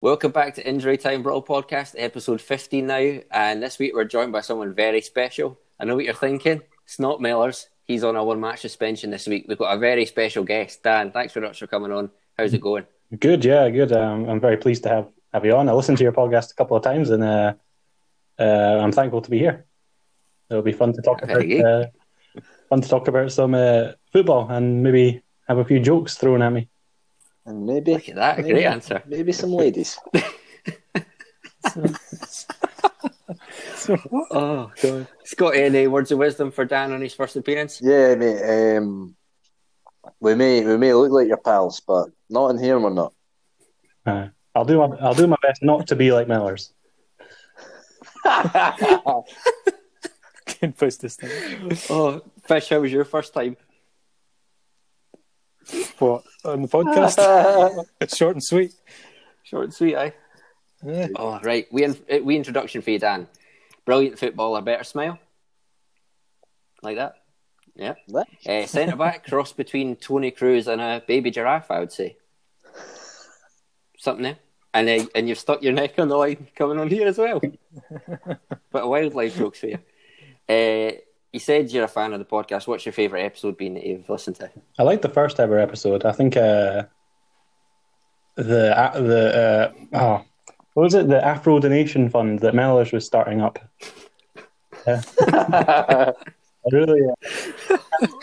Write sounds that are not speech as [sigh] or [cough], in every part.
Welcome back to Injury Time Brawl Podcast, episode 15 now. And this week we're joined by someone very special. I know what you're thinking. It's not Mellors. He's on a one match suspension this week. We've got a very special guest. Dan, thanks very much for coming on. How's it going? Good, yeah, good. Um, I'm very pleased to have, have you on. I listened to your podcast a couple of times and uh, uh, I'm thankful to be here. It'll be fun to talk about Very good. uh, fun to talk about some uh, football and maybe have a few jokes thrown at me. And maybe Look at that, a maybe, great answer. Maybe some ladies. Oh, Scott, any words of wisdom for Dan on his first appearance? yeah, mate. Um, we may we may look like your pals, but not in here we're not. Uh, I'll do my I'll do my best not to be like Miller's. can post this thing. Oh, Fish, how was your first time? What on the podcast? it's short and sweet. Short and sweet, aye? Yeah. Oh, right. We, in- we introduction for you, Dan. Brilliant footballer, better smile. Like that? Yeah. What? Uh, Centre back, cross between Tony Cruz and a baby giraffe, I would say. Something there. And, uh, and you've stuck your neck on the line coming on here as well. but a wildlife jokes for you. Uh, you said you're a fan of the podcast. What's your favourite episode been that you've listened to? I like the first ever episode. I think uh, the uh, the uh, oh, what was it? The Afro donation fund that Mellors was starting up. Yeah. I [laughs] really, uh,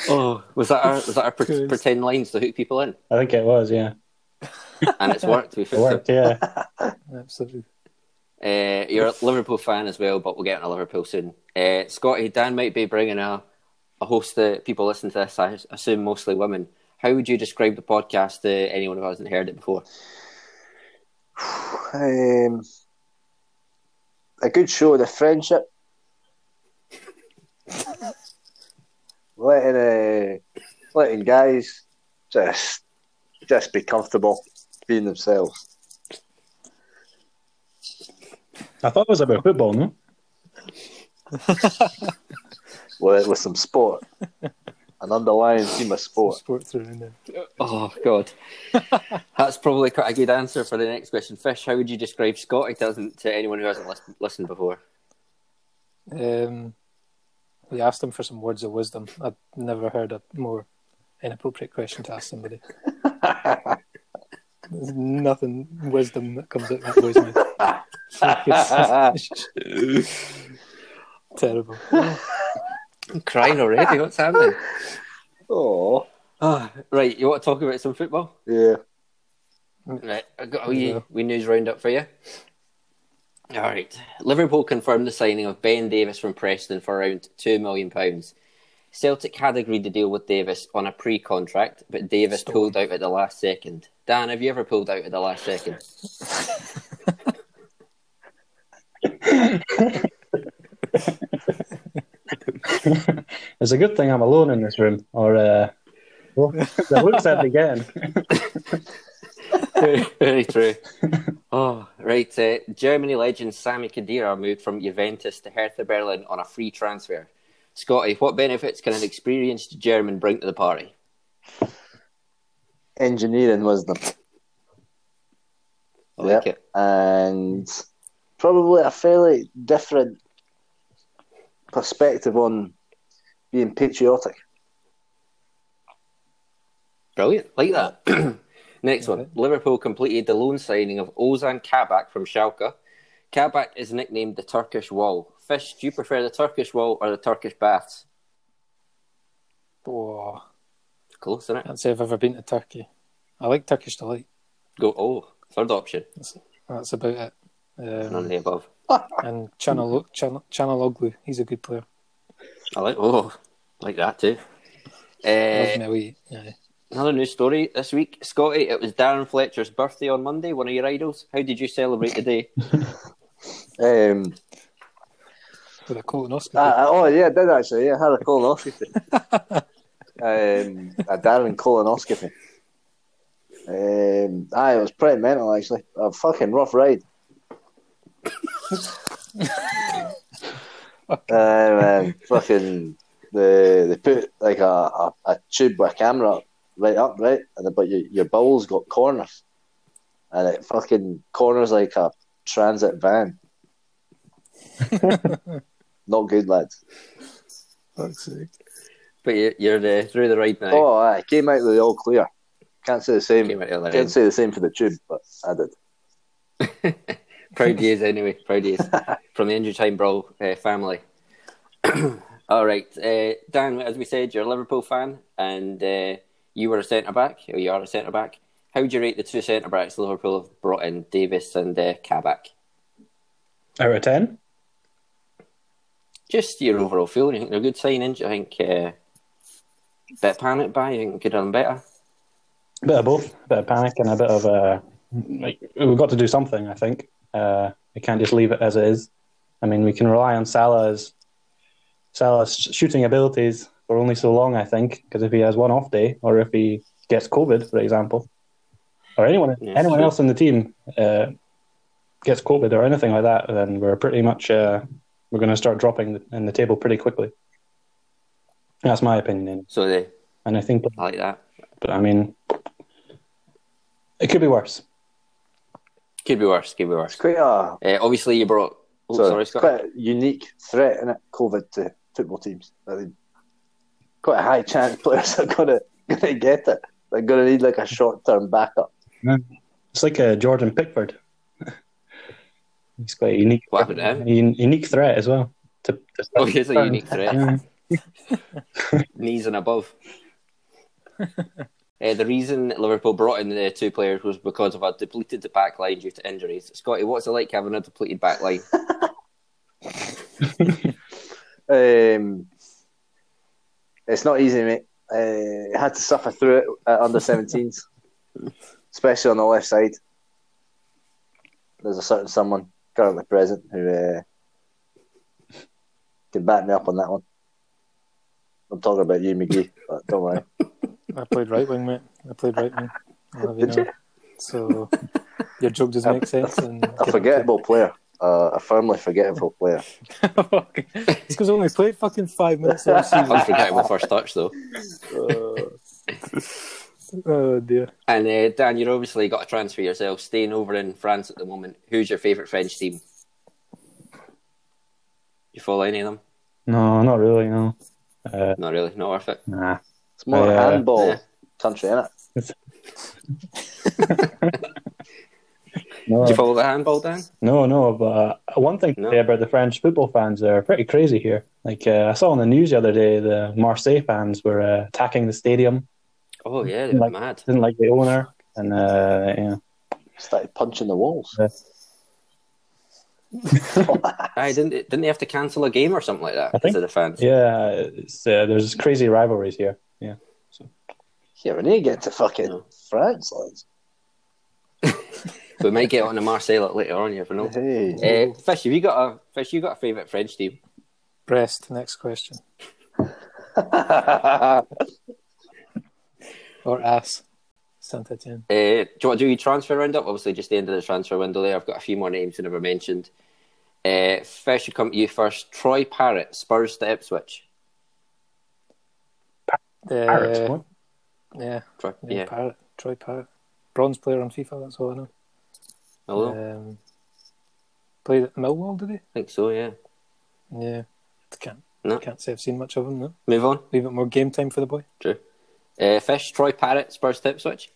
Oh, was that our, was that our pre- Cruz. pretend lines to hook people in? I think it was. Yeah, And it's worked. We've it worked. Yeah, Absolutely. Uh, you're a Liverpool fan as well, but we'll get into Liverpool soon. Uh, Scotty, Dan might be bringing a, a host of people listening to this, I assume mostly women. How would you describe the podcast to anyone who hasn't heard it before? um, a good show, the friendship. letting uh, letting guys just just be comfortable being themselves. I thought it was about football. No, With, with some sport. An underlying theme of [laughs] sport. [laughs] Sport through and then. Oh, God. That's probably quite a good answer for the next question. Fish, how would you describe Scotty doesn't to anyone who hasn't lis- listened before? Um, we asked him for some words of wisdom. I'd never heard a more inappropriate question to ask [laughs] somebody. There's nothing wisdom that comes out that boy's mouth. [laughs] Terrible. I'm crying already. What's happening? Oh, Ah, [laughs] right, you want to talk about some football? yeah. Right, I got a wee, Yeah. wee news roundup for you. All right. Liverpool confirmed the signing of Ben Davis from Preston for around £2 million. Celtic had agreed to deal with Davis on a pre contract, but Davis pulled out at the last second. Dan, have you ever pulled out at the last second? it's a good thing I'm alone in this room. Or uh, well, the looks at it again. Very true. Oh, right. Uh, Germany legend Sami Khedira moved from Juventus to Hertha Berlin on a free transfer. Scotty, what benefits can an experienced German bring to the party? Engineering wisdom. I like Yep. it. And probably a fairly different perspective on being patriotic. Brilliant. Like that. Next one. Liverpool completed the loan signing of Ozan Kabak from Schalke. Kabak is nicknamed the Turkish Wall. Fish, do you prefer the Turkish Wall or the Turkish Baths? Oh, Close, isn't it? can't say I've ever been to Turkey. I like Turkish delight. Go, oh, third option. That's, that's about it. Um, None of the above. and Channel Channel Oglu. He's a good player. I like, oh, like that too. Love Uh, me, we- yeah. another news story this week. Scotty, it was Darren Fletcher's birthday on Monday, one of your idols. How did you celebrate the day? Um, with a colonoscopy. I- I- oh, yeah, I did actually. Yeah, I had a colonoscopy. um, a Darren colonoscopy. Um, aye, it was pretty mental actually. A fucking rough ride. um, um, fucking the they put like a, a, a tube with a camera up, right up right, and the, but your your bowels got corners, and it fucking corners like a transit van. Not good, lads. Fuck's sake. But you, you're uh, through the ride now. Oh, I came out with the all clear. Can't say the same. Came out the other Can't end. say the same for the tube, but I did. Proud years, anyway. Proud years from the Injury Time Brawl uh, family. [clears throat] All right, uh, Dan. As we said, you're a Liverpool fan, and uh, you were a centre back, or you are a centre back. How would you rate the two centre backs Liverpool have brought in, Davis and uh, Kabak? [laughs] Out of ten? Just your overall feeling. I think they're good signings. I think uh, bit panic by. I think could have done better. A bit of both, a bit of panic and a bit of uh, like we've got to do something. I think uh, we can't just leave it as it is. I mean, we can rely on Salah's Salah's sh- shooting abilities for only so long. I think because if he has one off day, or if he gets COVID, for example, or anyone Yeah, anyone true. else in the team uh, gets COVID or anything like that, then we're pretty much uh, we're going to start dropping in the table pretty quickly. That's my opinion, So they, and I think I like that. but I mean, it could be worse. Could be worse. Could be It's worse. quite a Uh, obviously, you brought. Oh, sorry, sorry, Scott. quite a unique threat in it. COVID to football teams. I mean, quite a high chance [laughs] players are gonna gonna get it. They're gonna need like a short term backup. It's like uh, Jordan Pickford. [laughs] He's quite a unique, What happened to him? un- unique threat as well. To, to- Oh, he's a unique threat. Yeah. knees and above. uh, the reason Liverpool brought in the two players was because of a depleted back line due to injuries. Scotty, what's it like having a depleted back line? Um, it's not easy, mate. Uh, I had to suffer through it at under 17s, especially on the left side. There's a certain someone currently present who uh, can back me up on that one. I'm talking about you, McGee, but don't worry. I played right wing, mate. I played right wing. I'll have you Did know. So your joke doesn't make sense. And A forgettable player, uh, a firmly forgettable player. [laughs] it's because I only played fucking five minutes last season. [laughs] Unforgettable first touch, though. [laughs] oh dear. And uh, Dan, you're obviously got a transfer yourself, staying over in France at the moment. Who's your favourite French team? You follow any of them? No, not really. No, uh, Not really, not worth it. nah. It's more Yeah. handball Yeah. country, innit? No, Do you follow the handball, Dan? no, no. But uh, one thing to No. say about the French football fans, they're pretty crazy here. Like uh, I saw on the news the other day, the Marseille fans were uh, attacking the stadium. Oh, yeah, they're Like- mad. Didn't like the owner, and uh, yeah, Started punching [laughs] the walls. [laughs] Aye, didn't, they- didn't they have to cancel a game or something like that I think- because of the fans? yeah. It's, uh, there's crazy rivalries here. Yeah. Yeah, we need to get to fucking No. France, lads. We might get on to Marseille later on, you never know. Hey. Uh, Fish, have you got a Fish? You got a favourite French team? Breast. Next question. [laughs] Or ass. Saint Etienne. Uh, do you want to do your transfer roundup? Obviously, just the end of the transfer window there. I've got a few more names I never mentioned. Uh, Fish, you come to you first. Troy Parrott, Spurs to Ipswich. Uh, Pirates, what? Yeah, Troy, yeah, yeah, Parrot, Troy Parrot, bronze player on FIFA. That's all I know. hello. Um, played at Millwall, did he? I think so. Yeah. Yeah, can't No. can't say I've seen much of him. No, Move on. a little bit more game time for the boy. True. Uh, Fish, Troy Parrott, Spurs to Ipswich.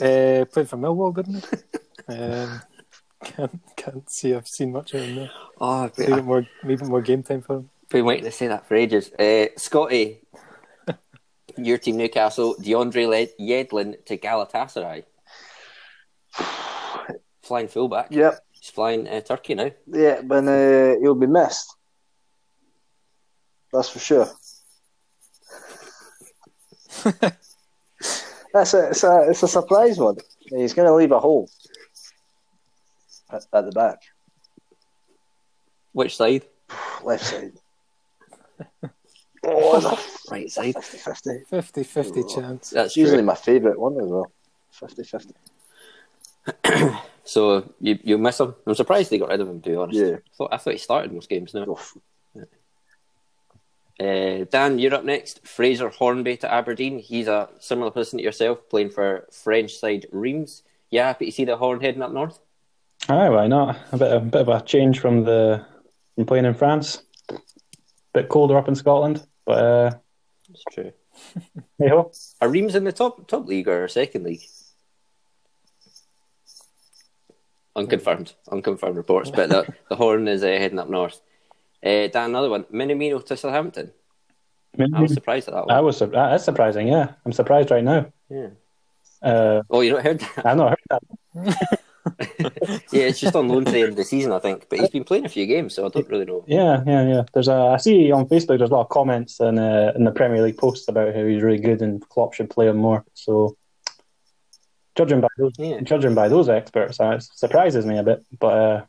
Uh, played for Millwall, didn't he? [laughs] um, can't can't see I've seen much of him. No, Oh, I've a been, little bit more, a little bit more game time for him. I've been waiting to say that for ages. Uh, Scotty, [laughs] your team Newcastle, DeAndre Led- Yedlin to [sighs] Galatasaray. Flying fullback. Yep. He's flying uh, Turkey now. Yeah, but uh, he'll be missed. That's for sure. That's a, it's a it's a surprise one. He's going to leave a hole at, at the back, Which side? left side. Oh, it's a Right side. 50-50. 50-50 chance. That's It's usually usually my favourite one as well. 50-50. so you you miss him. I'm surprised they got rid of him. To be honest, I Yeah. thought I thought he started most games now. Oof. Uh, Dan, you're up next. Fraser Hornby to Aberdeen. He's a similar person to yourself, playing for French side Reims. Yeah, happy to see the Horn heading up north. Aye, why not? A bit, a bit of a change from the from playing in France. Bit colder up in Scotland, but uh, It's true. hey ho. Are Reims in the top top league or second league? Unconfirmed, unconfirmed reports, but the, [laughs] the Horn is uh, heading up north. Uh, Dan, another one. Minamino to Southampton. I was surprised at that I one. was sur- that- that's surprising. Yeah, I'm surprised right now. Yeah. Uh, Oh, you not heard that? [laughs] I've not heard that. Yeah, it's just on loan to the end of the season, I think. But he's been playing a few games, so I don't really know. Yeah, yeah, yeah. There's a I see on Facebook. There's a lot of comments in uh, in the Premier League posts about how he's really good and Klopp should play him more. So judging by those, Yeah. judging by those experts, uh, it surprises me a bit. But uh,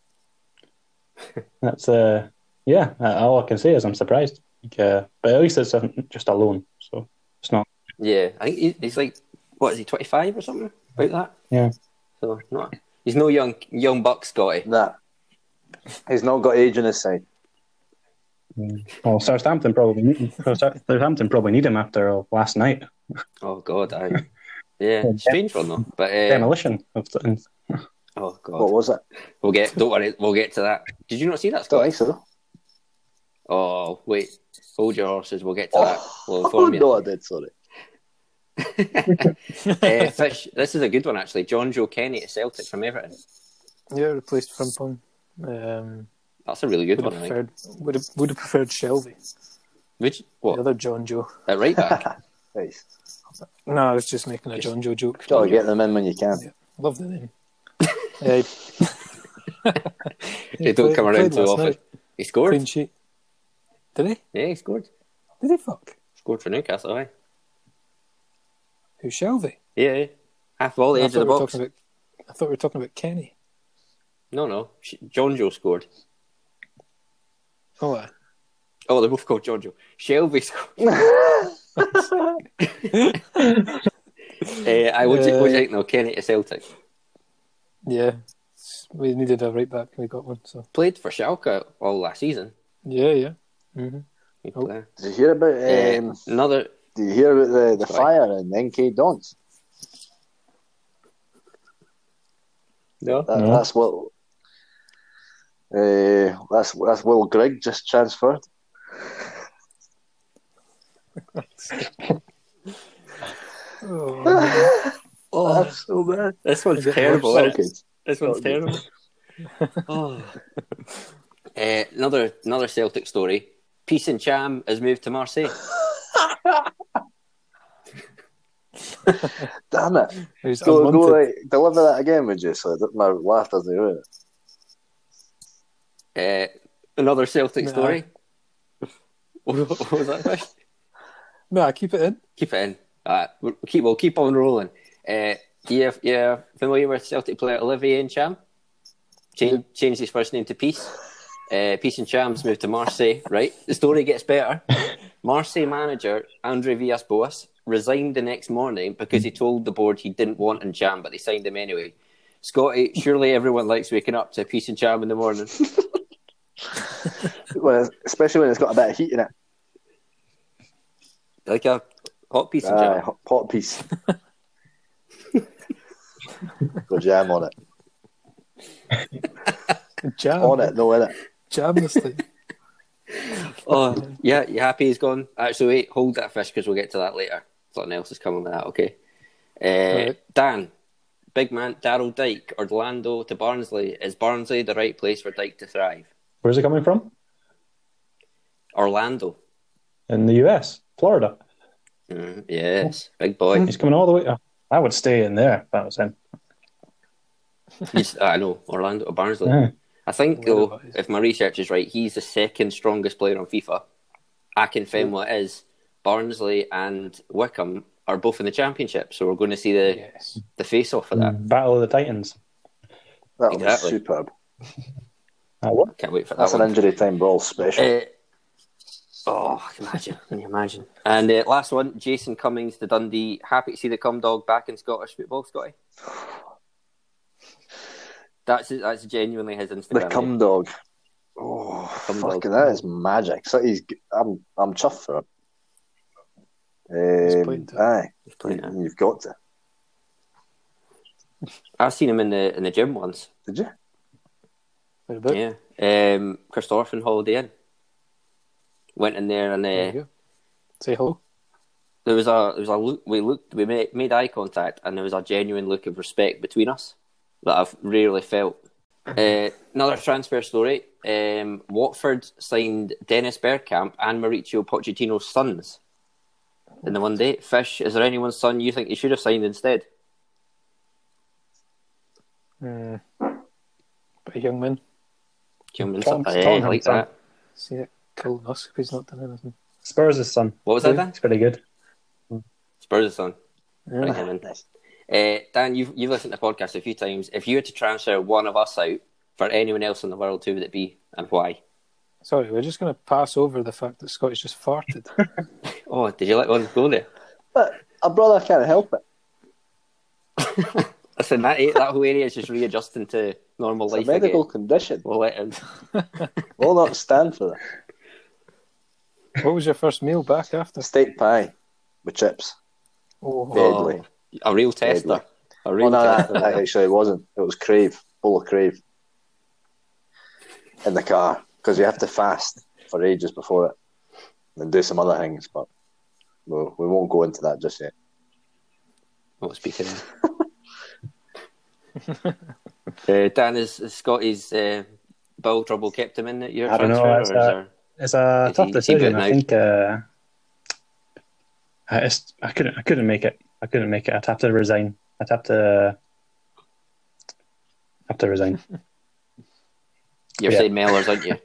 that's uh, yeah. uh, All I can say is I'm surprised. Like, uh, but at least it's a, just a loan, so it's not. Yeah, I think he- he's like, what is he, 25 or something? About that? Yeah. So, not, he's no young young buck, Scotty. Nah. He's not got age on his side. Well, Southampton probably need, Southampton probably need him after uh, last night Oh, God, I. Yeah, strange one, though. But, uh, demolition of in oh, God. What was it? We'll get. Don't worry. We'll get to that. Did you not see that, Don't Scott? think so. Oh wait. Hold your horses. We'll get to that. Oh, We'll inform you. no, I did, sorry. Eh, Fish, this is a good one actually. John Joe Kenny at Celtic from Everton. Yeah, replaced Frimpong. Um, That's a really good would have one. I think. preferred would have, would have preferred Shelby, Which the what other John Joe. at right back? Nice. No, I was just making a John Joe joke. Gotta get them in when you can. Yeah. Love [laughs] the name. yeah, they don't come around too often. He scored. Clean sheet. Did he? Yeah, he scored. Did he fuck? Scored for Newcastle. Aye. Who Shelby? Yeah. yeah. Half volley I edge thought, of the we were box. talking about, I thought we were talking about Kenny. No, no. Sh- John Joe scored. Oh, aye. Oh, they're both called John Joe. Shelby [laughs] scored. Eh, I would. Yeah. What do you think? though? Kenny at Celtic. yeah. We needed a right back and we got one. So Played for Schalke all last season. yeah, yeah. hmm He Oh. play- [laughs] Did you hear about Eh, um, another did you hear about the, the sorry. fire in NK Dons? no. That, No. That's what uh, that's that's Will Grigg just transferred. Oh, Oh, That's so bad. this one's Is it terrible. So isn't it? good. This one's terrible. [laughs] oh. uh, another another Celtic story. Peace and Cham has moved to Marseille. Damn it. [laughs] he's Go, go unwanted. like, deliver that again, would you? So that my laughter's there. isn't it? Uh, another Celtic No. story. [laughs] what what was that? Fish? No, I keep it in. keep it in. Uh, we'll keep we'll keep on rolling. Uh, yeah, yeah. Familiar with Celtic player Olivier and Cham? Change, Changed his first name to Peace. Uh, Peace and Cham's moved to Marseille. Right, the story gets better. Marseille manager Andre Villas Boas resigned the next morning because he told the board he didn't want and Cham, but they signed him anyway. Scotty, surely everyone likes waking up to Peace and Cham in the morning. Well, especially when it's got a bit of heat in it. like a hot piece and Aye, jam. hot pot piece. Go jam on it. Jam On it, no in it. Jam this thing. Oh, yeah, you happy he's gone? Actually, wait, hold that fish because we'll get to that later. Something else is coming with that, okay? Uh, Alright. Dan, big man, Daryl Dyke, Orlando to Barnsley. Is Barnsley the right place for Dyke to thrive? where's it coming from? Orlando. In the US, Florida. Mm, yes, big [laughs] boy. He's coming all the way. oh, I would stay in there. If that was him. He's- I know, Orlando or Barnsley. Yeah. I think, Wonder though, what it is. if my research is right, he's the second strongest player on FIFA. Akinfenwa is. Barnsley and Wickham are both in the championship, so we're going to see the, Yes. the face off for that. Mm. Mm. Battle of the Titans. That'll Exactly. be superb. Uh, what? Can't wait for that That's one. an injury time ball special. Uh, oh, can you imagine. Can you imagine? And uh, last one, Jason Cummings to Dundee. Happy to see the cum dog back in Scottish football, Scotty. That's that's genuinely his Instagram. the name. cum dog. Oh, Humbug. Fucking that is magic. So he's, I'm, I'm chuffed for him. He's Um, played it. aye, played it. you've got to. I've seen him in the in the gym once. Did you? Whereabouts? Yeah, um, Christopher Holiday Inn. Went in there and There uh, you go. Say hello. there was a there was a look we looked we made, made eye contact and there was a genuine look of respect between us that I've rarely felt. Uh, Mm-hmm. another transfer story: um, Watford signed Dennis Bergkamp and Mauricio Pochettino's sons in the one day. Fish, is there anyone's son you think you should have signed instead? Mm. But a young man. Human Tom- son- aye, I Tottenham's like son. that. See it. Cool Musk, who's not done anything. Spurs' son. What was that then? It's pretty good. Spurs' son. Yeah. Bring him in. Uh, Dan, you've you've listened to the podcast a few times. If you were to transfer one of us out for anyone else in the world, who would it be and why? Sorry, we're just going to pass over the fact that Scottish just farted. Oh, did you let one go there? But a brother can't help it. Listen, that eh, that whole area is just readjusting to normal It's a life medical again. condition. We'll let him. We'll not stand for what was your first meal back after? that. Steak pie with chips. Oh, Deadly. A real tester. A Oh, real no, tester. no, no, actually, it wasn't. It was Crave, full of Crave in the car because you have to fast for ages before it and do some other things, but no, we won't go into that just yet. Oh, speaking. [laughs] uh, Dan, is is Scotty's uh, bowel trouble kept him in at your I don't know, transfer? it's, or is uh, there- It's a Is tough he- he decision. good I now? think uh, I just I couldn't I couldn't make it. I couldn't make it. I'd have to resign. I'd have to have to resign. You're yeah. saying Mellors, aren't [laughs] you?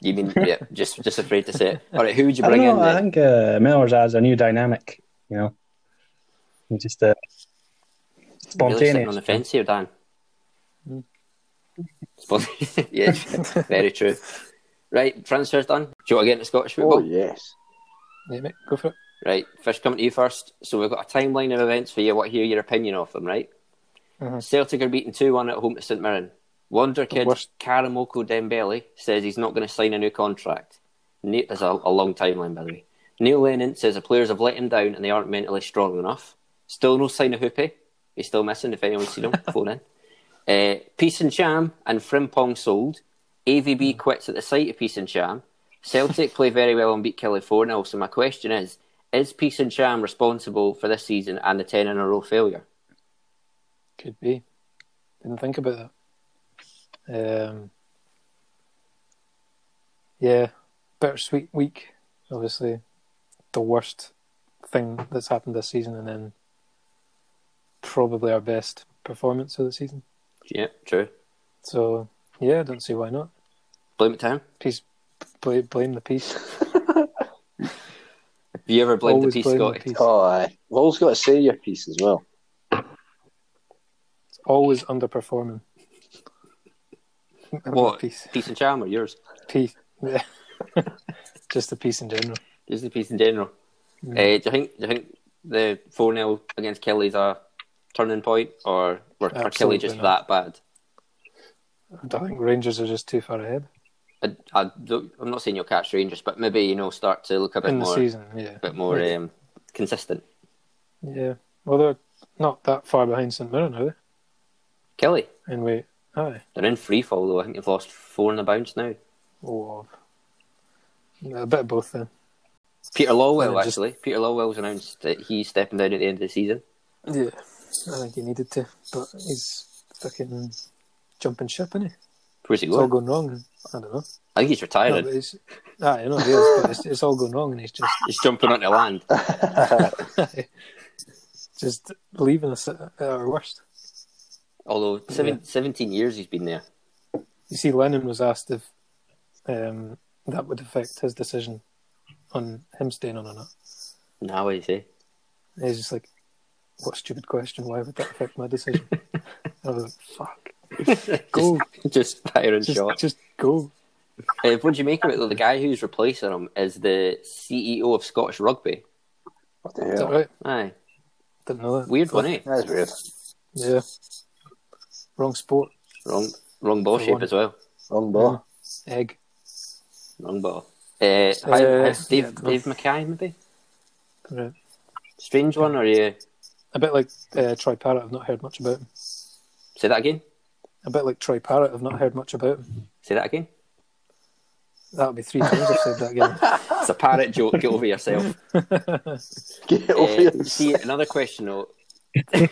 you mean yeah? Just just afraid to say it. All right, who would you I don't bring in? know. I then? think uh, Miller's adds a new dynamic. You know, He's just uh, Really sitting spontaneous. Hmm. on the fence here, Dan. [laughs] Spont- yes, very true. Right, transfer's done. Do you want to get into Scottish football? Oh, yes. yeah, mate, go for it. Right, first coming to you first. So we've got a timeline of events for you. What hear your opinion of them, right? Mhm. Celtic are beaten two one at home to St Mirren. Wonder kid worst. Karamoko Dembele says he's not going to sign a new contract. Ne- There's a, a long timeline, by the way. Neil Lennon says the players have let him down and they aren't mentally strong enough. Still no sign of Hoopy. He's still missing. If anyone's seen him, phone in. Uh, Peace and Sham and Frimpong sold. AVB quits at the sight of Peace and Sham. Celtic play very well and beat Kelly 4 0. So, my question is Is Peace and Sham responsible for this season and the 10 in a row failure? Could be. Didn't think about that. Um, yeah, bittersweet week. Obviously, the worst thing that's happened this season, and then probably our best performance of the season. Yeah, true. So yeah, I don't see why not. Blame it to him. Peace, bl- blame the peace. Have you ever blamed Always the peace, blame Scotty? the peace. Oh, aye. We've always got to say your piece as well. [laughs] It's always underperforming. What? peace? Peace and Sham or yours? Peace. [laughs] Yeah. Just the peace in general. Just the peace in general. Mm. Uh, do, you think, do you think the 4 0 against Kelly's a turning point or were, are Kelly Absolutely just that not. bad? I think Rangers are just too far ahead I, I don't, I'm not saying you'll catch Rangers, but maybe you know start to look a bit in the more, season. Yeah, bit more um, consistent. yeah. Well, they're not that far behind St Mirren, are Kelly, they? And we, aye, they're in free fall though. I think they've lost four in a bounce now. oh, a bit of both then. Peter Lowell Yeah, just- actually. Peter Lowell's announced that he's stepping down at the end of the season. Yeah, I think he needed to, but he's fucking jumping ship, isn't he? Where's he It's all going? going wrong. I don't know. I think he's No, retiring. but it's, aye, I know he is, but it's, it's all going wrong, and he's just [laughs] He's jumping onto land. just leaving us at at our worst. Although seven, 17 years he's been there. You see, Lennon was asked if um, that would affect his decision on him staying on or not. Now I say. And he's just like, "What a stupid question? Why would that affect my decision?" And I was like, "Fuck, go, [laughs] Just firing just, shots. just go." Uh, what do you make of it though? The guy who's replacing him is the CEO of Scottish Rugby. What the Is that hell? right? Aye. Didn't know that. Weird one, eh? That's weird. Yeah. Wrong sport. Wrong wrong ball For shape one. as well. Wrong ball. Egg. Long ball. Uh, how- how- Uh, Dave, yeah, no. Dave McKay, maybe? Right. Strange one, or you A bit like uh, Troy Parrott, I've not heard much about him. say that again? A bit like Troy Parrott, I've not heard much about him. Say that again. That'll be three times I've said that again. [laughs] It's a parrot joke. Get over yourself. Get over Uh, yourself. see, another question though. [laughs]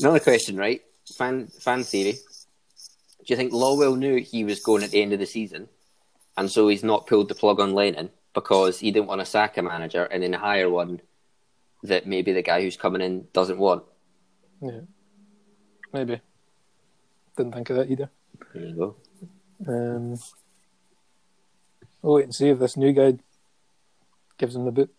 another question, right? Fan fan theory. Do you think Lowell knew he was going at the end of the season, and so he's not pulled the plug on Lennon because he didn't want to sack a manager and then hire one that maybe the guy who's coming in doesn't want? yeah. Maybe. Didn't think of that either. There you go. Um, we'll wait and see if this new guy gives him the boot.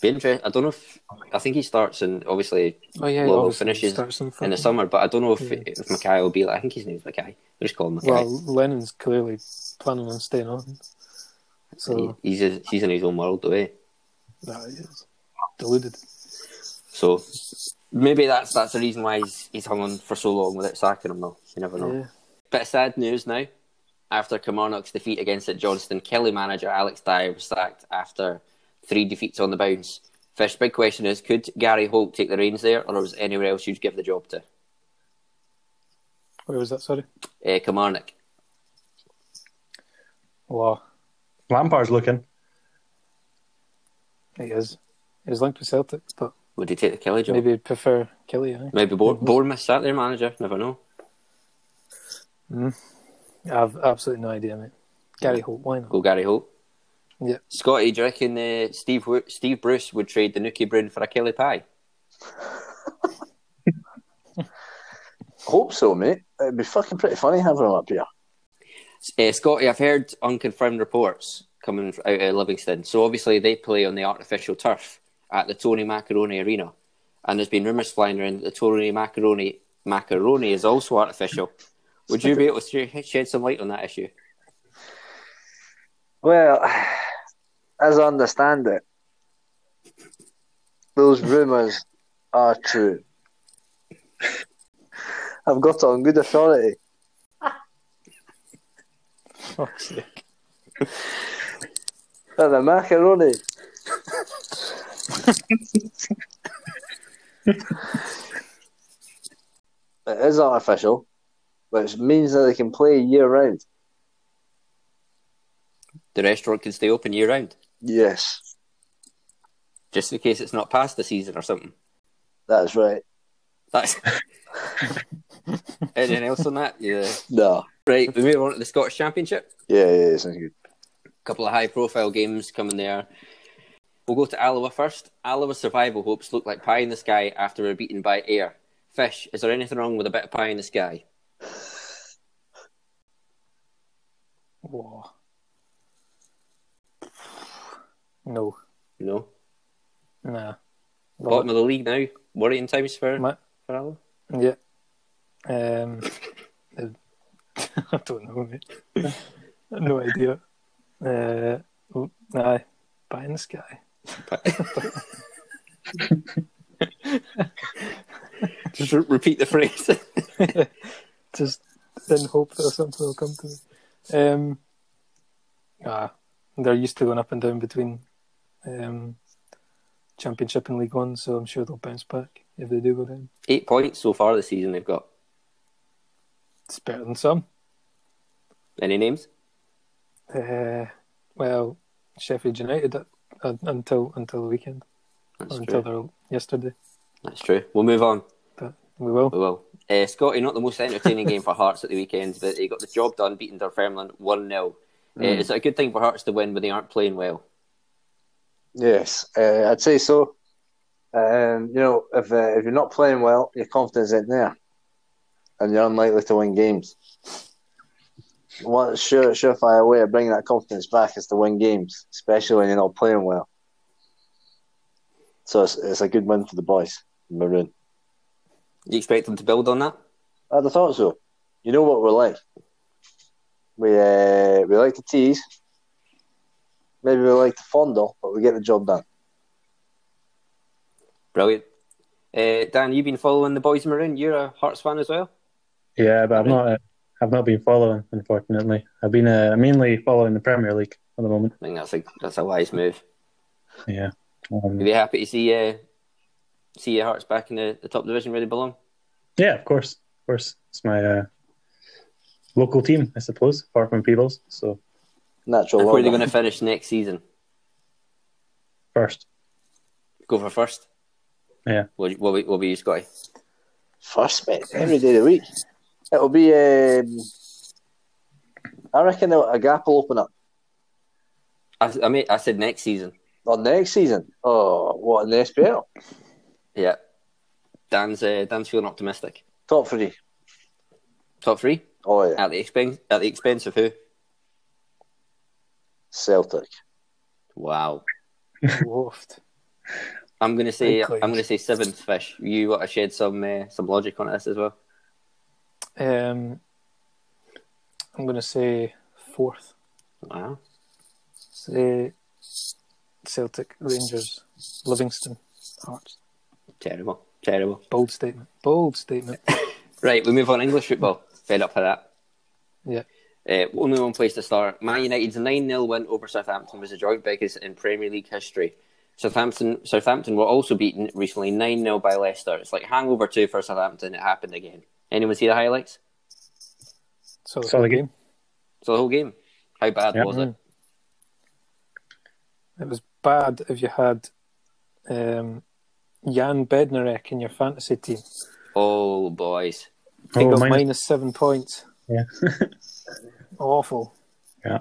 Be interesting. I don't know if I think he starts and obviously Oh yeah, Well, obviously finishes starts him in the fucking- summer, but I don't know if Yeah. if Mackay will be like. I think his name's Mackay. We'll just call him Mackay. Well, Lennon's clearly planning on staying on, so He- he's he's in his own world, though. Eh? nah, he's deluded. So maybe that's that's the reason why he's, he's hung on for so long without sacking him, though. You never know. Yeah. Bit of sad news now. After Kilmarnock's defeat against St Johnston, Kelly manager Alex Dyer was sacked after three defeats on the bounce. Fish, big question is could Gary Holt take the reins there, or was it anywhere else you'd give the job to? Where was that? Sorry. Uh, Kilmarnock. Law. Lampard's looking. He is. He was linked with Celtic, but Would he take the Kelly job? maybe he'd prefer Kelly. eh? I think. Maybe Bour- Bournemouth sat their manager, never know. I've absolutely no idea, mate. Gary Holt, why not? [laughs] Go Gary Holt. Yeah. Scotty, do you reckon uh, Steve, Wo- Steve Bruce would trade the Nookie Brune for a Kelly Pie? Hope so, mate. It'd be fucking pretty funny having him up here. Uh, Scotty, I've heard unconfirmed reports coming out of Livingston. So obviously they play on the artificial turf at the Tony Macaroni Arena, and there's been rumours flying around that the Tony Macaroni Macaroni is also artificial. Would you be able to sh- shed some light on that issue? Well, as I understand it, those rumours are true. [laughs] I've got it on good authority. Fuck's sake. That the macaroni [laughs] it is artificial, which means that they can play year round. The restaurant can stay open year round, Yes, just in case it's not past the season or something. that is right. That's [laughs] anything else on that? Yeah. No, Right, we move on to the Scottish Championship. yeah, yeah, it's not good. couple of high profile games coming there. We'll go to Alloa first. Alloa's survival hopes look like pie in the sky after we're beaten by air. Fish, is there anything wrong with a bit of pie in the sky? Law. No. No. Nah. Bottom of the league now. Worrying times for, Ma- for Alloa. Yeah. Um, [laughs] uh, I don't know, mate. no idea. Uh, oh, aye, pie in the sky. [laughs] Just re- repeat the phrase. Just in hope that something will come to me. Um, ah, they're used to going up and down between um, Championship and League One, so I'm sure they'll bounce back if they do go down. [laughs] Eight points so far this season they've got. It's better than some. Any names? Uh, well, Sheffield United uh, uh, until until the weekend, That's until true. their yesterday. That's true. We'll move on. But we will. We will. Uh, Scotty, not the most entertaining game for Hearts at the weekend, but they got the job done, beating Dunfermline 1 0. Uh, is it a good thing for Hearts to win when they aren't playing well? Yes, uh, I'd say so. Um, you know, if uh, if you're not playing well, your confidence isn't there, and you're unlikely to win games. One sure, surefire way of bringing that confidence back is to win games, especially when you're not playing well. So it's, it's a good win for the boys, in maroon. You expect them to build on that? I'd have thought so. You know what we're like. We uh, we like to tease. Maybe we like to fondle, but we get the job done. Brilliant. Uh, Dan, you've been following the boys in maroon. You're a Hearts fan as well. Yeah, but I've not. Uh, I've not been following, unfortunately. I've been uh, mainly following the Premier League at the moment. I think that's a that's a wise move. Yeah. You'd Um, be happy to see uh, see your Hearts back in the, the top division where they belong. yeah, of course. Of course. It's my uh, local team, I suppose, apart from Peebles. So, Natural. Where are they order. going to finish next season? first. Go for first. Yeah. What what will be you, Scotty? First, mate, every day of the week. It'll be. Um, I reckon a a gap will open up I I, mean, I said next season. on next season. Oh, what in the SPL? Yeah. Dan's uh, Dan's feeling optimistic. Top three. Top three Oh yeah, at the expense at the expense of who? Celtic. Wow. Woofed. I'm gonna say Big claims. I'm gonna say seventh fish. You want to shed some uh, some logic on this as well? Um, I'm going to say fourth. Wow. Say Celtic, Rangers, Livingston, Hearts. Terrible. Terrible. Bold statement. Bold statement. Right, we move on. English football. Fed up with that. Yeah. Uh, only one place to start. Man United's 9 0 win over Southampton was the joint biggest in Premier League history. Southampton Southampton were also beaten recently 9 0 by Leicester. It's like hangover 2 for Southampton. It happened again. Anyone see the highlights? So Saw the game. So the whole game. How bad Yeah. was it? It was bad if you had um, Jan Bednarek in your fantasy team. Oh, boys. He Oh, got minus- minus seven points. Yeah. [laughs] Awful. Yeah.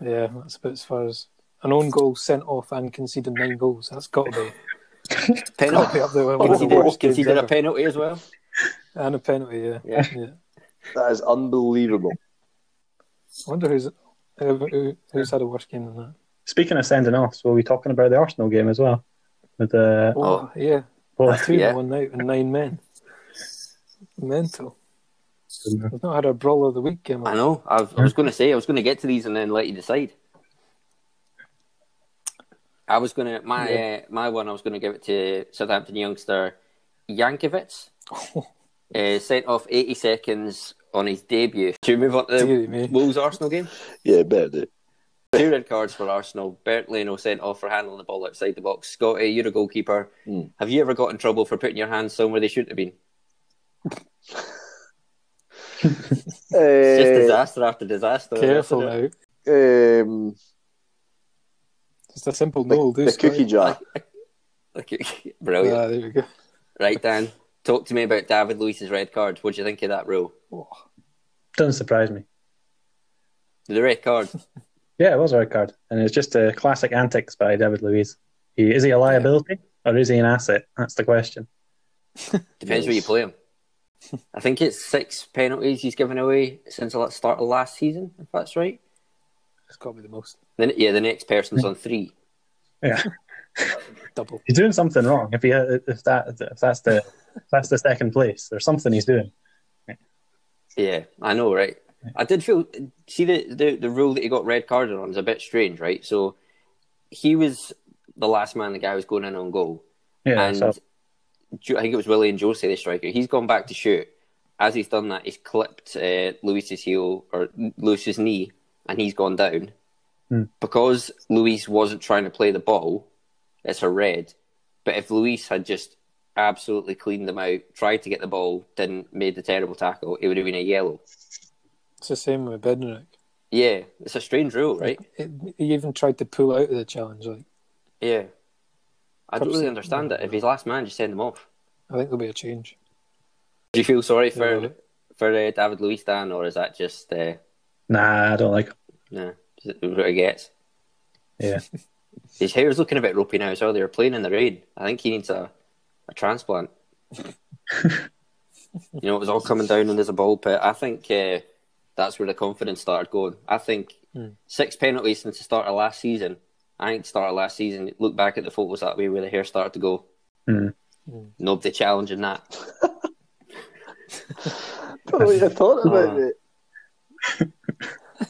Yeah, that's about as far as an own goal sent off and conceded nine goals. That's got to be, got to [laughs] Penalty. be up there. with one of the conceded worst games conceded a ever. penalty as well. and a penalty. Yeah. Yeah. yeah. That is unbelievable. I wonder who's who, who's had a worse game than that. Speaking of sending offs, were we talking about the Arsenal game as well? With uh, Oh. Oh, yeah, well, two Yeah. in one night and nine men. Mental. We've not had a brawl of the week game. I know. uh, I've, I was going to say I was going to get to these and then let you decide. I was going to my Yeah. uh, my one. I was going to give it to Southampton youngster [laughs] Yankovic. uh, sent off 80 seconds on his debut. Should we move on to Deary the me. Wolves Arsenal game? Yeah, better do. Two red cards for Arsenal. Bert Leno sent off for handling the ball outside the box. Scotty, you're a goalkeeper. Hmm. Mm. Have you ever got in trouble for putting your hands somewhere they shouldn't have been? Eh, It's just disaster after disaster. Uh, Careful Isn't it? now. um, Just a simple the, no will do. the Scotty. cookie jar. Okay, [laughs] Brilliant. Ah, there we go. Right, Dan. Talk to me about David Luiz's red card. What do you think of that rule? Oh, doesn't surprise me. The red card. Yeah, it was a red card, and it's just a classic antics by David Luiz. He, is he a liability or is he an asset? That's the question. Depends Yes. where you play him. I think it's six penalties he's given away since the start of last season, if that's right. it's got to be the most Then yeah, the next person's on three. Yeah, double. he's doing something wrong. If he if that if that's the if that's the second place, there's something he's doing. Yeah, I know, right? I did feel see the, the the rule that he got red carded on is a bit strange, right? So he was the last man the guy was going in on goal. Yeah, and so Jo- I think it was Willie and Jose, the striker. He's gone back to shoot. As he's done that, he's clipped uh, Luis's heel or Luis's knee, and he's gone down. Hmm. Because Luis wasn't trying to play the ball, it's a red. But if Luis had just absolutely cleaned them out, tried to get the ball, didn't made the terrible tackle, it would have been a yellow. It's the same with Bednarik. Yeah, it's a strange rule, right? It, he even tried to pull out of the challenge. Like Yeah, I don't really Absolutely. understand it. If he's last man, just send him off. I think there'll be [laughs] a change. Do you feel sorry Yeah. for for uh, David Luis Dan, or is that just? Uh, nah, I don't like. Him. No, is it what it gets. Yeah, [laughs] His hair's looking a bit ropey now as well. They were playing in the rain. I think he needs a, a [laughs] transplant. you know, it was all coming down and there's a ball pit. I think uh, that's where the confidence started going. I think Hmm. six penalties since the start of last season. I think start of last season, look back at the photos that way where the hair started to go. Hmm. Nobody challenging that. [laughs] What would you have thought about it?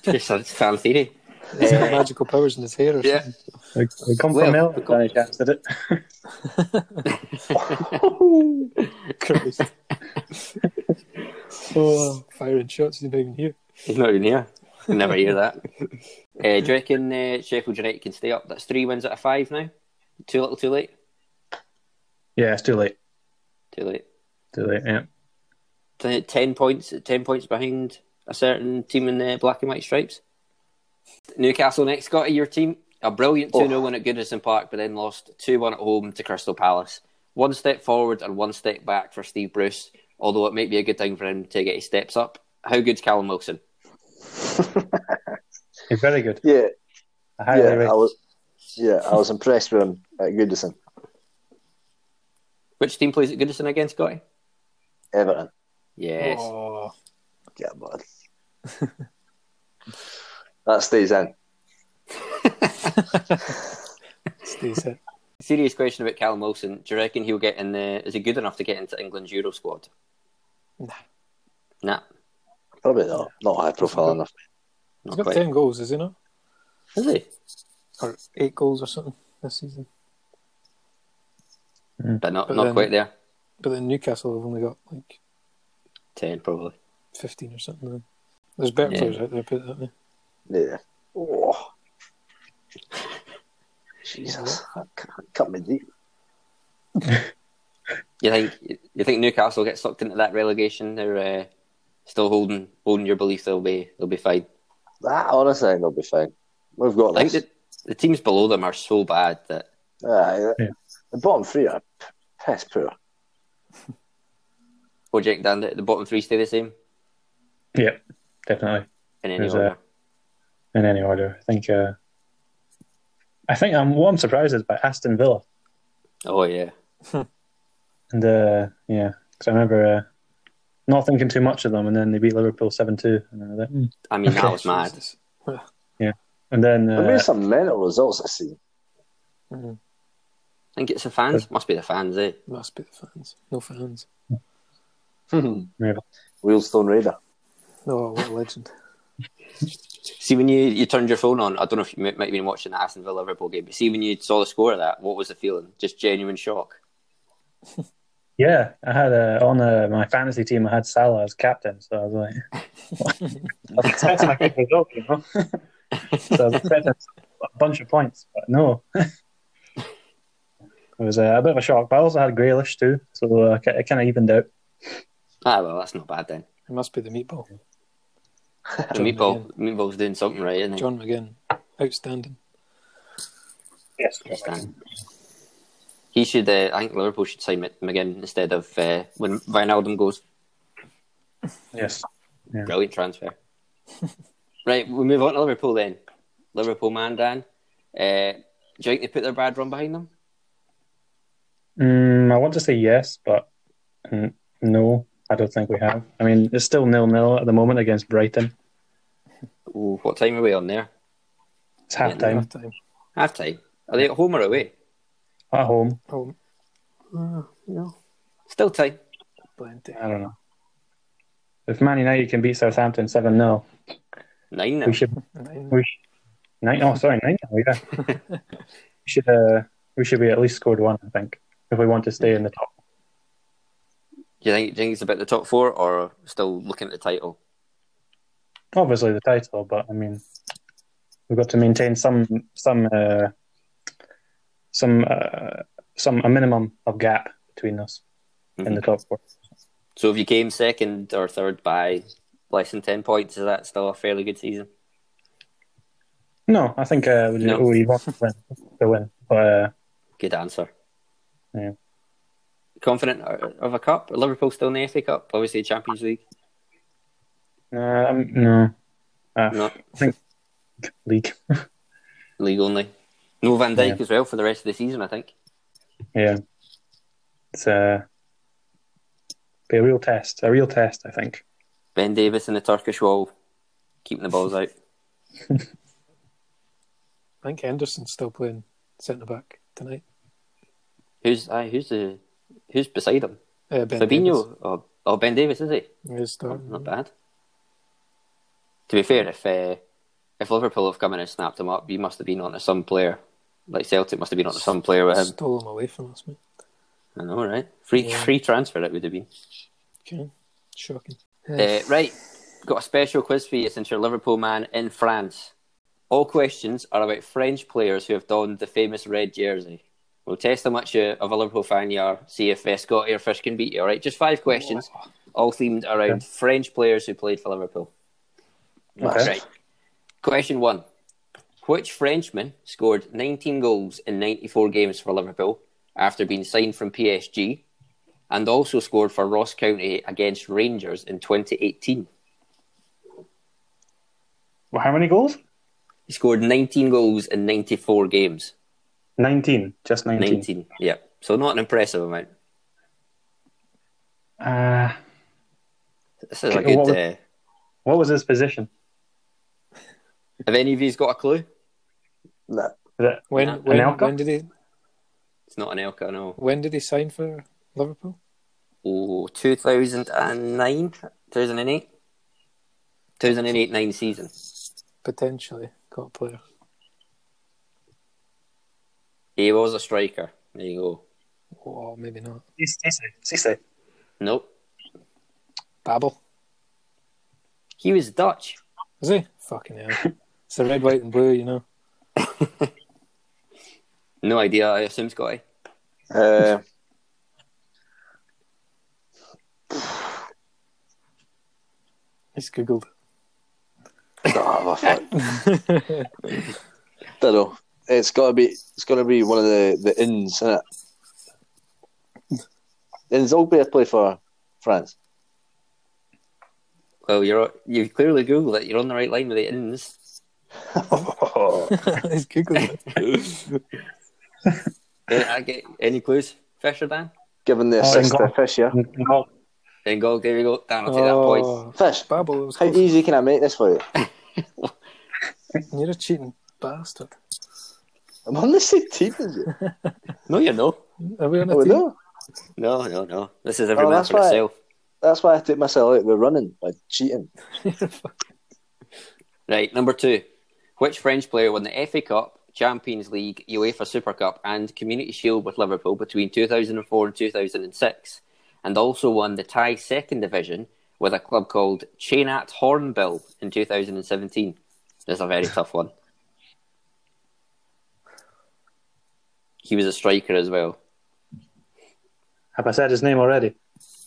Just a fan theory. He's got magical powers in his hair. Or Yeah. something. we, we come Well, from hell. we come- Johnny Chaps did it. [laughs] [laughs] Christ. Oh, firing shots. He's not even here. He's not even here. Never hear that. Uh, do you reckon uh, Sheffield United can stay up? That's three wins out of five now. Too little, too late. Yeah, it's too late. Too late. Too late. Yeah. T- Ten points. Ten points behind a certain team in the black and white stripes. Newcastle next got to your team. A brilliant 2 0 win at Goodison Park, but then lost 2 1 at home to Crystal Palace. One step forward and one step back for Steve Bruce, although it might be a good thing for him to get his steps up. How good's Callum Wilson? He's very good. Yeah, I highly yeah, rate. I was, yeah, I was impressed with him at Goodison, Which team plays at Goodison again, Scotty? Everton. Yes. Oh, Yeah, bud. [laughs] that stays in. [laughs] stays it. Serious question about Callum Wilson. Do you reckon he'll get in the? Is he good enough to get into England's Euro squad? Nah. Nah, Probably not. Not high profile [laughs] enough. He's not got quite. ten goals, is he not? Is he? Or eight goals or something this season. But not But not then- quite there. But then Newcastle have only got like Ten probably. fifteen or something. Then. There's better Yeah. players out there. Put it that way. Yeah. Oh. [laughs] Jesus, that cut- cut me deep. You think you think Newcastle get sucked into that relegation? They're uh, still holding holding your belief they'll be they'll be fine. That honestly, I think they'll be fine. We've got I think this. that the teams below them are so bad that Aye, Yeah. Ah, The bottom three are p- piss poor. Project down the, the bottom three stay the same Yep, definitely. in any Who's order. In any order, I think. Uh, I think I'm one surprised is by Aston Villa, Oh yeah, and uh, yeah, because I remember uh, not thinking too much of them, and then they beat Liverpool seven two, and then I was like, "Hmm." I mean that Okay. was mad. Jesus. and then There made uh, some mental results this season. Mhm. I think it's the fans. Must be the fans, eh? Must be the fans. No fans. Wheelstone Raider. Oh, what a legend. See when you, you turned your phone on. I don't know if you might, might have been watching the Aston Villa Liverpool game, but see when you saw the score of that, what was the feeling? Just genuine shock. yeah, I had uh, on uh, my fantasy team, I had Salah as captain, so I was like, [laughs] [laughs] I was expecting a good result, you know. [laughs] so I was expecting a bunch of points, but no. [laughs] it was uh, a bit of a shock, but I also had Grealish too, so uh, it kind of evened out. Ah well, that's not bad then. It must be the meatball. And John Meatball, Meatball's doing something right, isn't he? John McGinn, outstanding. Yes, Yes, Dan. He should. Uh, I think Liverpool should sign Mc- McGinn instead of uh, when Wijnaldum goes. yes. Brilliant transfer. right, we move on to Liverpool then. Liverpool man, Dan. Uh, do you think they put their bad run behind them? Mm, I want to say yes, but mm, no, I don't think we have. I mean, it's still nil nil at the moment against Brighton. Ooh, what time are we on there? It's half time Half-time. Half time. Are they at home or away? at home. Oh, Still time. plenty. I don't know. If Man United can beat Southampton seven 0 Nine now. we should Nine. we sh- nine. Oh, sorry, nine. 0 yeah, we should uh, we should be at least scored one. I think if we want to stay in the top. Do you think, do you think it's about the top four or still looking at the title? Obviously, the title, but I mean, we've got to maintain some some uh, some uh, some a minimum of gap between us in the top four. So if you came second or third by less than 10 points, is that still a fairly good season? No, I think uh, we, No. we want to win, to win. But uh, Good answer. Yeah. Confident of a cup? Are Liverpool still in the FA Cup? Obviously, Champions League. no, I'm, um, no, uh, Not league. league only. No Van Dijk Yeah. as well for the rest of the season, I think. Yeah, it's uh, be a real test. A real test, I think. Ben Davis and the Turkish wall, keeping the balls [laughs] out. I think Henderson's still playing centre back tonight. Who's aye, who's the who's beside him? Uh, ben Davies Fabinho or oh, Ben Davis is he? Is Oh, starting. not bad. To be fair, if uh, if Liverpool have come in and snapped him up, he must have been onto some player. Like Celtic must have been onto some player with him. Stole him away from us, mate. I know, right? Free Yeah. free transfer it would have been. Okay. Shocking. Uh, right, got a special quiz for you since you're a Liverpool man in France. All questions are about French players who have donned the famous red jersey. We'll test how much you, of a Liverpool fan you are, see if uh, Scotty or Fish can beat you. All right, just five questions, all themed around French players who played for Liverpool. Okay. Right. Question one Which Frenchman scored 19 goals in 94 games for Liverpool after being signed from PSG and also scored for Ross County against Rangers in 2018? Well, how many goals? He scored 19 goals in 94 games. 19. Just 19. 19. Yeah. So not an impressive amount. Uh, This is a Okay, good. what was- Uh, what was his position? have any of you got a clue? No. Was it- When An- when, Anelka? when did he It's not an Elka, no. when did he sign for Liverpool? Oh, 2009, 2008? 2008 9 season. Potentially got a player. He was a striker. There you go. Oh, maybe not. Cisse. Nope. Babel. He was Dutch. Is he? Fucking [laughs] hell. it's the red, white, and blue, you know. No idea, I assume, Scotty. Uh, [laughs] He's Googled. oh, fuck. [laughs] don't know. It's gotta be. It's gonna be one of the the inns, isn't it? Inns Ogbert play for France. Well, you're you've clearly Googled it. You're on the right line with the ins. He's Googled. Eh, I get any clues, Fisher Dan? Given the Oh, assist Engol. to Fish, yeah. Engol. Then go, there you go. Dan, I'll take oh, Fish, Babel. Was how close. easy can I make this for you? You're a cheating bastard. I'm on the [laughs] same team as you. that point. No, you're no. Are we on a Oh team? no, No, no, no. This is every Oh, man that's for why- itself. that's why I took myself out with running by cheating. Right, number two. Which French player won the FA Cup, Champions League, UEFA Super Cup, and Community Shield with Liverpool between 2004 and 2006, and also won the Thai Second Division with a club called Chainat Hornbill in 2017? That's a very tough one. He was a striker as well. Have I said his name already?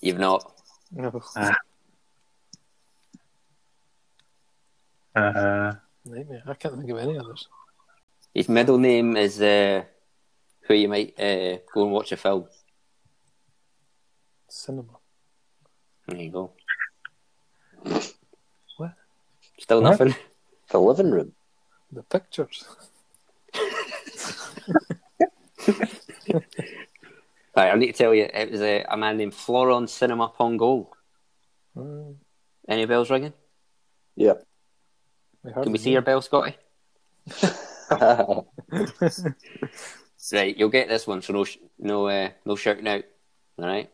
You've not. [laughs] No. Uh, Nightmare. I can't think of any others. His middle name is uh, who you might uh, go and watch a film. Cinema. There you go. What? Still What? nothing. The living room. The pictures. Right, I need to tell you, it was a, a man named Floron Cinema Pongol. Mm, Any bells ringing? Yeah. we heard Can we them, see your bell, Scotty? Right, you'll get this one, so no, sh- no, uh, no shouting out. All right.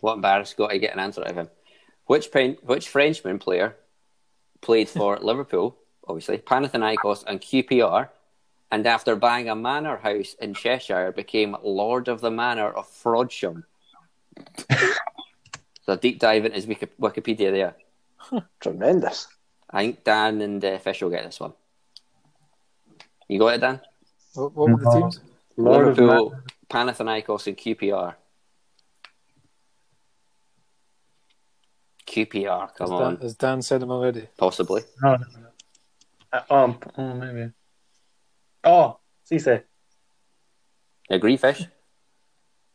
What embarrassed Scotty get an answer out of him? Which pen, which Frenchman player played for Liverpool, obviously Panathinaikos and QPR, and after buying a manor house in Cheshire, became Lord of the Manor of Frodsham. so a deep dive into his Wiki- Wikipedia there. [laughs] Tremendous. I think Dan and uh, Fish will get this one. You got it, Dan? What, what were the No. teams? Lord of Liverpool, Panathinaikos, and QPR. QPR, come As on, Dan, as Dan said them already. possibly. Ma- no, no, no. Uh, oh, oh, maybe. Oh, Cisse. Agree, Fish?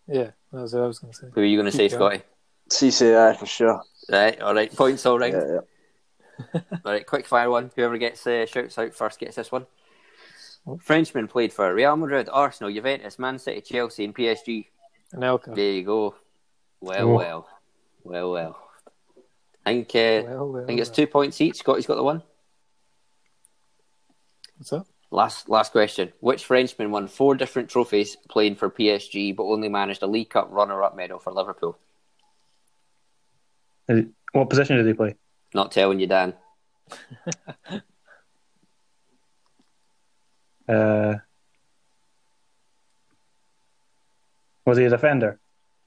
Yeah, that's what I was going to say. Who are you going to say, QPR. Scotty? CCI for sure. Right, all right, points all round. Yeah, yeah. All right, quick fire one. Whoever gets uh, shouts out first gets this one. Frenchman played for Real Madrid, Arsenal, Juventus, Man City, Chelsea, and PSG. Anelka. There you go. Well, Oh. well, well, well. I think uh, Well, well, I think it's well. two points each. Scotty's got the one. What's that? Last last question. Which Frenchman won four different trophies playing for PSG but only managed a League Cup runner up medal for Liverpool? Is it- What position did he play? Not telling you, Dan. Uh, was he a defender?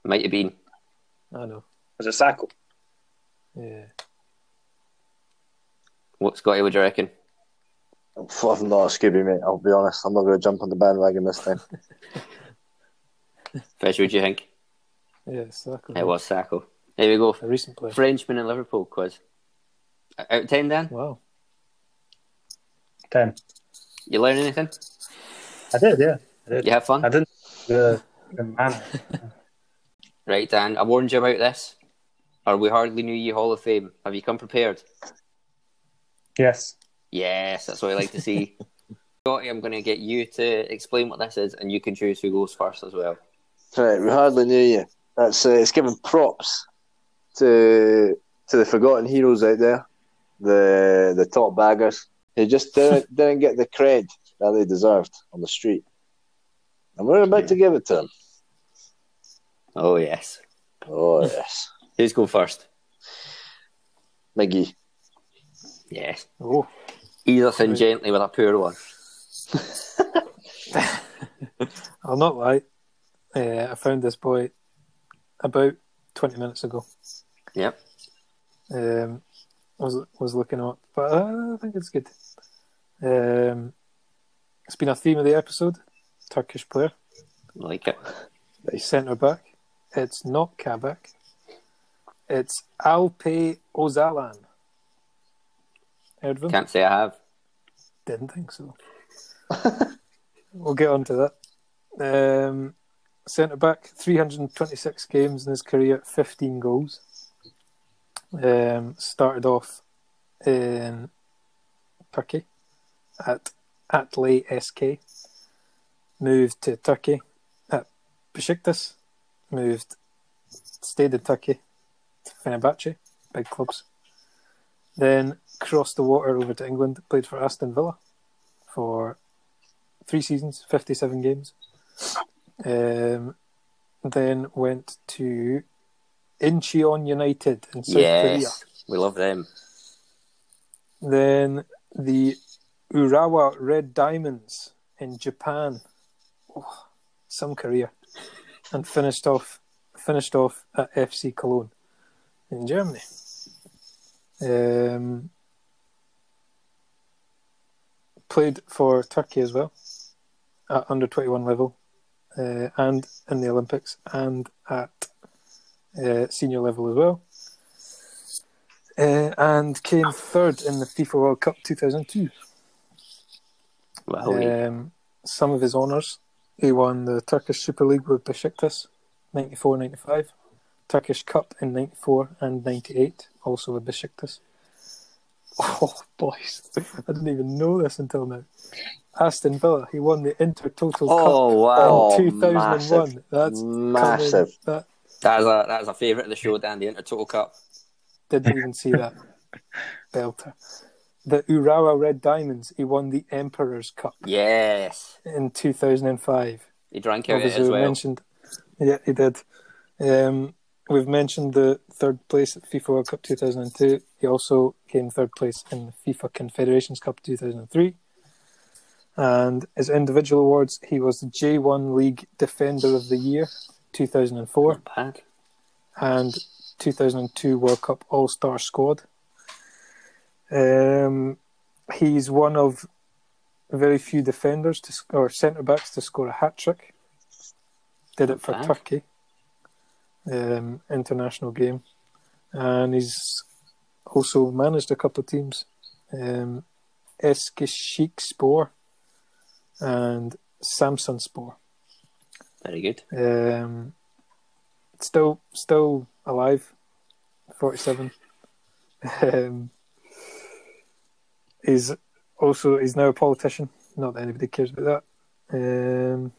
Might have been. I know. Was it Sacco? Yeah. What Scotty would you reckon? I'm f- I'm not a Scooby, mate. I'll be honest. I'm not going to jump on the bandwagon this time. Fish, would you think? Yeah, exactly. It was Sacco. There we go. A recent player. Frenchman in Liverpool quiz. Out of 10, Dan? Wow. Ten. You learn anything? I did, yeah. I did. You have fun? I didn't. The, the man. Right, Dan, I warned you about this. Are we hardly knew you Hall of Fame? Have you come prepared? Yes. Yes, that's what I like to see. [laughs] Scotty, I'm going to get you to explain what this is, and you can choose who goes first as well. Right, we hardly knew you. That's uh, it's giving props to to the forgotten heroes out there, the the top baggers who just didn't, [laughs] didn't get the cred that they deserved on the street, and we're about to give it to them. Oh, yes. Oh yes, Who's going first? Miggy. Yes. Oh, Etherton gently with a poor one. I'll not lie. Uh, I found this boy about 20 minutes ago. Yep. Um, was was looking up, but uh, I think it's good. Um, it's been a theme of the episode. Turkish player, Like it. centre back. It's not Kabak. It's Alpe Ozalan. Heard of him? Can't say I have. Didn't think so. [laughs] we'll get on to that. Um, Centre back, 326 games in his career, 15 goals. Um, started off in Um, Turkey at Atlay SK, moved to Turkey at Besiktas, moved, stayed in Turkey to Fenerbahce, big clubs. Then crossed the water over to England, played for Aston Villa for three seasons, 57 games. Um, then went to Incheon United in South yes. We love them. Korea. Then the Urawa Red Diamonds in Japan. Oh, some career. And finished off finished off at FC Cologne in Germany. Um, played for Turkey as well at under 21 level uh, and in the Olympics and at uh, senior level as well. Uh, and came third in the FIFA World Cup 2002. Well, we- Um, some of his honours. He won the Turkish Super League with Besiktas, 94 95, Turkish Cup in 94 and 98, also with Besiktas. [laughs] Oh, boys, I didn't even know this until now. Aston Villa, he won the Intertotal Cup oh, in wow. Oh, 2001. massive. That's Massive. coming- That That's a, that's a favourite of the show, Dan, the Intertotal Cup. Didn't even see that. Belter. The Urawa Red Diamonds, he won the Emperor's Cup Yes. in 2005. He drank out it Obviously, as we well. mentioned. Yeah, he did. Um, we've mentioned the third place at FIFA World Cup 2002. He also came third place in the FIFA Confederations Cup 2003. And his individual awards, he was the J1 League Defender of the Year 2004. Not bad. and 2002 World Cup All Star squad. Um, he's one of very few defenders to sc- or centre backs to score a hat trick. Did it for Wow. Turkey, um, international game, and he's also managed a couple of teams, um, Eskişehirspor and Samsunspor Very good. um, still still alive, forty seven. Um, he's also he's now a politician. Not that anybody cares about that. Um,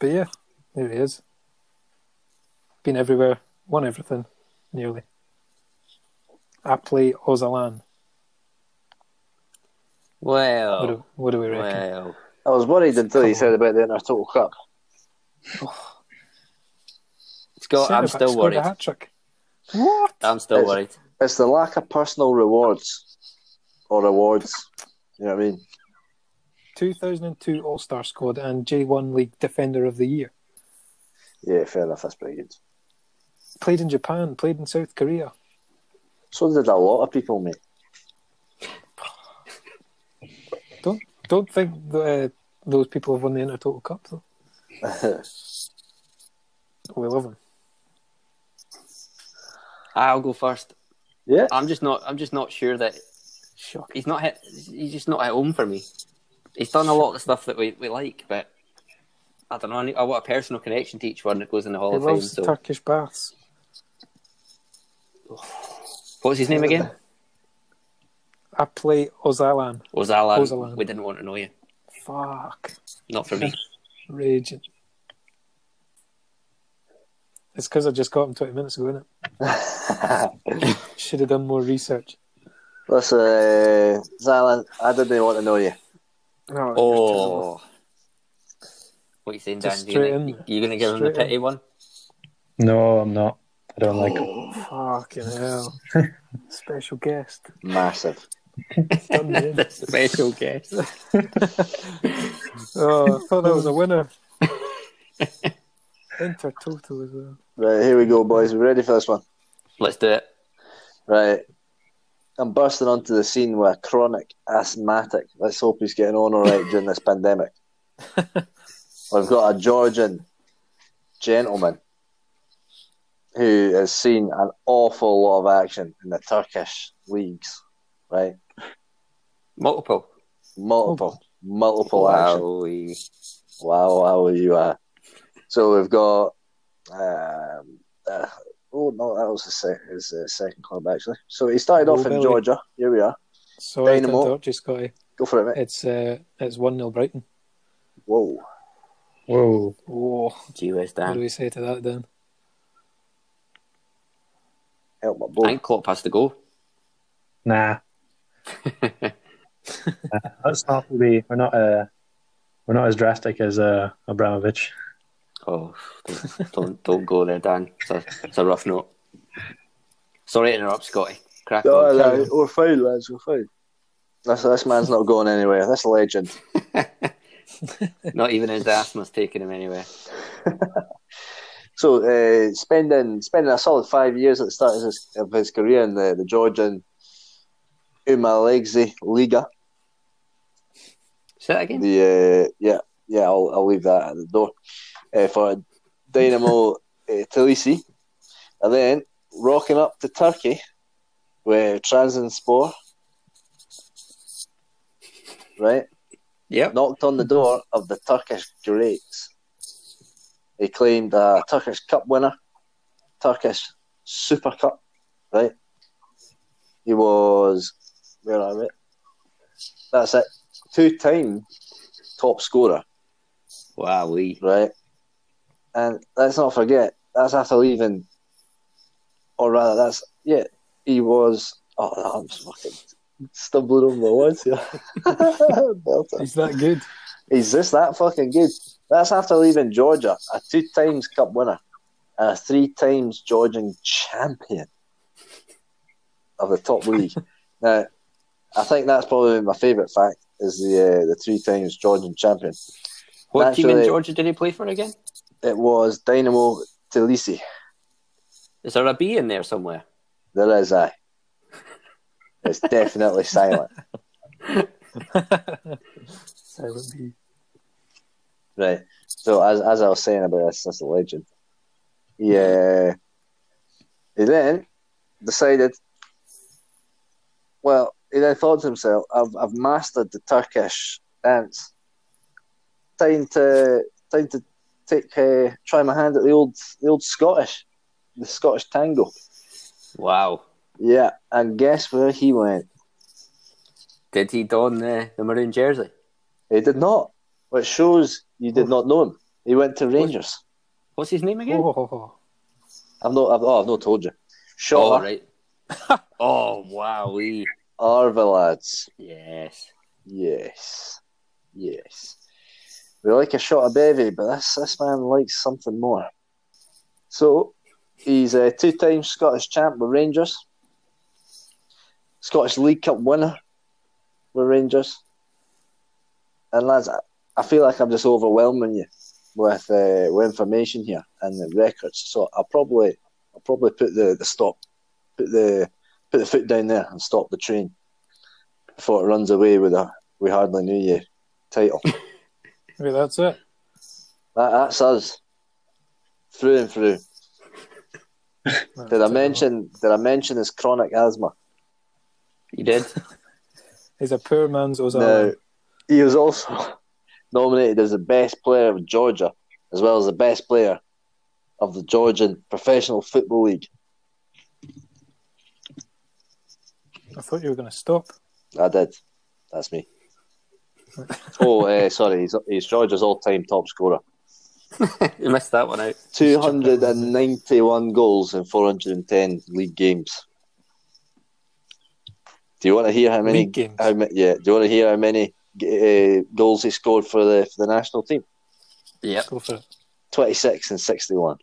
but yeah, there he is. Been everywhere, won everything, nearly. Aptly Ozalan. What, Well, do, what do we reckon? well. I was worried until Come you on. said about the Intertotal Cup. Scott, I'm Centre-back still scored a worried. hat-trick. What? I'm still It's- worried. It's the lack of personal rewards or awards. You know what I mean? 2002 All Star squad and J1 League Defender of the Year. Yeah, fair enough. That's pretty good. Played in Japan, played in South Korea. So did a lot of people, mate. Don't think that, uh, those people have won the Intertotal Cup though. [laughs] We love them. I'll go first. Yeah. I'm just not. I'm just not sure that Shock. he's not hit. He's just not at home for me. He's done a lot of stuff that we, we like, but I don't know. I, need, I want a personal connection to each one that goes in the Hall He of Fame. loves So, Turkish baths. what's his name again? I play Ozalan. Ozalan. Ozalan. We didn't want to know you. Fuck. Not for [laughs] me. Raging. It's because I just got him 20 minutes ago, innit? Should have done more research. [laughs] Listen, uh, Zalan, I didn't want to know you. No, Oh. What are you saying, Dan? Just You're straight gonna, in. you gonna give him the Straight in. pity [laughs] one? No, I'm not. I don't like him. Oh, [laughs] Fucking hell. Special guest. Massive. Done me in. The special guest. Oh, I thought that [laughs] was a winner. Inter total as well. Right, here we go, boys. We're ready for this one. Let's do it. Right. I'm bursting onto the scene with a chronic asthmatic. Let's hope he's getting on all right during this pandemic. We've got a Georgian gentleman who has seen an awful lot of action in the Turkish leagues, right? Multiple. Multiple, multiple action. Wowee. Wow, wow, you are. So we've got. Um, uh, oh no, that was the sec- his uh, second club actually. So he started off Oh, in really? Georgia. Here we are. Sorry Dynamo. to interrupt you, Scotty. Go for it, mate. It's uh, it's one 0 Brighton. Whoa. Whoa. Whoa. Gee whiz, What do Dan. we say to that then? Help my I boy. think Klopp has to go. [laughs] Nah. Nah, Let's not be. We're not. Uh, we're not as drastic as uh, Abramovich. Oh, don't, don't don't go there, Dan. It's a, it's a rough note. Sorry to interrupt, Scotty. Crack No, on. no, carry on. we're fine, lads. We're fine. This, this man's not going anywhere. This legend. Not even his asthma's taking him anywhere. So uh, spending spending a solid five years at the start of his, of his career in the, the Georgian Umalegzi Liga. Say that again. The uh, yeah, yeah, I'll, I'll leave that at the door uh, for Dynamo uh, Tbilisi, and then rocking up to Turkey with Transinspor, right? Yep. Knocked on the door of the Turkish greats. He claimed a Turkish Cup winner, Turkish Super Cup, right? He was where am I? That's it. Two-time top scorer, Wow, we. right? And let's not forget, that's after leaving, or rather, that's yeah, he was. Oh, I'm just fucking stumbling over my words here. [laughs] Belter. Is that good? Is this that fucking good? That's after leaving Georgia, a two times cup winner and a three times Georgian champion of the top league. now, I think that's probably my favourite fact is the uh, the three times Georgian champion. What team in Actually- Georgia did he play for again? It was Dynamo Tbilisi. Is there a B in there somewhere? There is I. It's definitely silent, Silent B. right? So as as I was saying about this, that's a legend. Yeah. He then decided, well, he then thought to himself, I've, I've mastered the Turkish dance. Time to time to take uh, try my hand at the old the old Scottish, the Scottish tango. Wow. Yeah, and guess where he went? Did he don the, the maroon jersey? He did not. Which shows you did not know him. He went to Rangers. What's his name again? Oh, I've not. I've, oh, I've not told you. oh Shaw right. [laughs] oh wow, we. Arvelads. Yes. Yes. Yes. We like a shot of bevy, but this, this man likes something more. So, he's a two time Scottish champ with Rangers, Scottish League Cup winner with Rangers. And lads, I, I feel like I'm just overwhelming you with, uh, with information here and the records. So I'll probably I'll probably put the, the stop put the put the foot down there and stop the train before it runs away with a we hardly knew you title. Wait, that's it. That, that's us through and through. Did I That's it. mention? Did I mention his chronic asthma? You did? [laughs] He's a poor man's Now, Ozan. he was also [laughs] nominated as the best player of Georgia, as well as the best player of the Georgian Professional Football League. I thought you were going to stop. I did. That's me. oh, uh, sorry. He's, he's Georgia's all-time top scorer. you missed that one out. 291 goals in 410 league games. Do you want to hear how many? League games. How many? Yeah. Do you want to hear how many uh, goals he scored for the for the national team? Yep. Go for it. 26 and 61.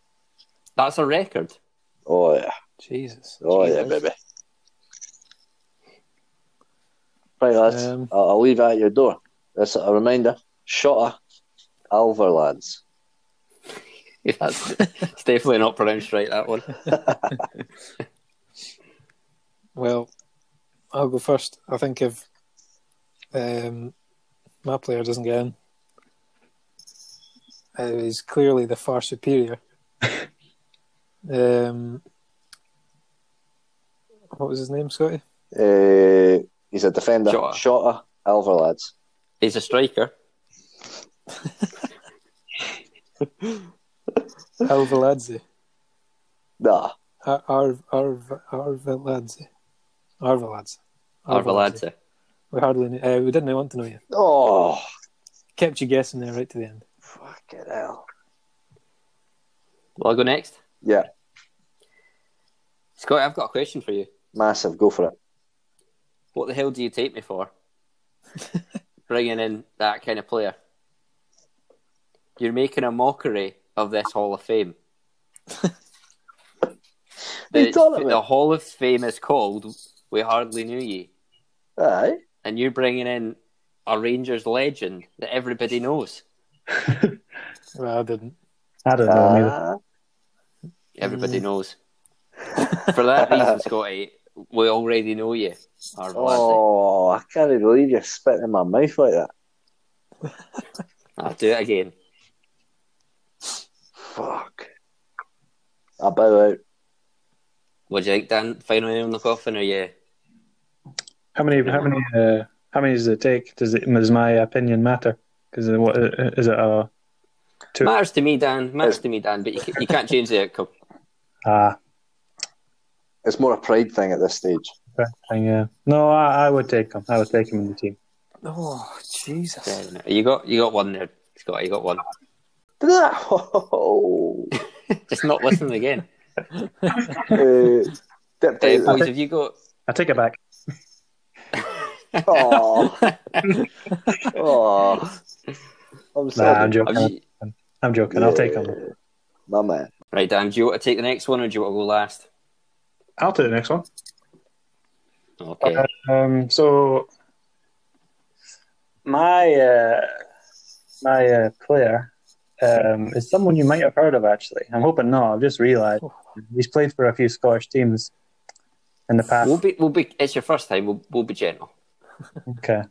That's a record. [laughs] Oh yeah. Jesus. Oh yeah, Jesus. baby. Right, lads. Um, I'll, I'll leave it at your door. That's a reminder. Shotta, Alverlands. That's it's definitely not pronounced right, that one. Well, I'll go first. I think if um, my player doesn't get in, uh, he's clearly the [laughs] far superior. um, what was his name, Scotty? Uh, he's a defender. Shotta. Shotta, Alverlands. He's a striker. Alvaladze. Nah. Ar- Arv Arv Arvaladze. Arvaladze. Arvaladze. We hardly knew, uh, we didn't want to know you. Oh, Kept you guessing there right to the end. fucking hell. Well, I'll go next. Yeah, Scott, I've got a question for you. massive. Go for it. What the hell do you take me for? Bringing in that kind of player. You're making a mockery of this Hall of Fame. You the, done it, the mate. Hall of Fame is called We Hardly Knew Ye. Aye. And you're bringing in a Rangers legend that everybody knows. Well, I didn't. I don't know. neither. Ah, Everybody knows. For that reason, Scotty, we already know you. Arvaladze. oh, I can't believe you're spitting in my mouth like that. I'll do it again. Fuck. I bow out. What do you think, Dan? Final nail in the coffin, or yeah? How many? How many? Uh, how many does it take? Does it? Does my opinion matter? Because what uh, is it? A two? Matters to me, Dan. Matters to me, Dan. But you, ca- you can't change the outcome. Ah, It's more a pride thing at this stage. [laughs] yeah. No, I, I would take him. I would take him in the team. Oh, Jesus. Fair enough. You got you got one there, Scotty. You got one. Oh, Just not listening [laughs] again. uh, dipped Uh, out. boys, have you got? [coughs] I take it back. [laughs] Oh, oh. I'm Nah, sorry. I'm joking. Have you- I'm joking. I'll take him. Yeah. My man. Right, Dan. Do you want to take the next one, or do you want to go last? I'll take the next one. Okay. Um, so my uh, my uh, player um, is someone you might have heard of. Actually, I'm hoping not. I've just realised he's played for a few Scottish teams in the past. We'll be we'll be. It's your first time. We'll we'll be gentle. Okay.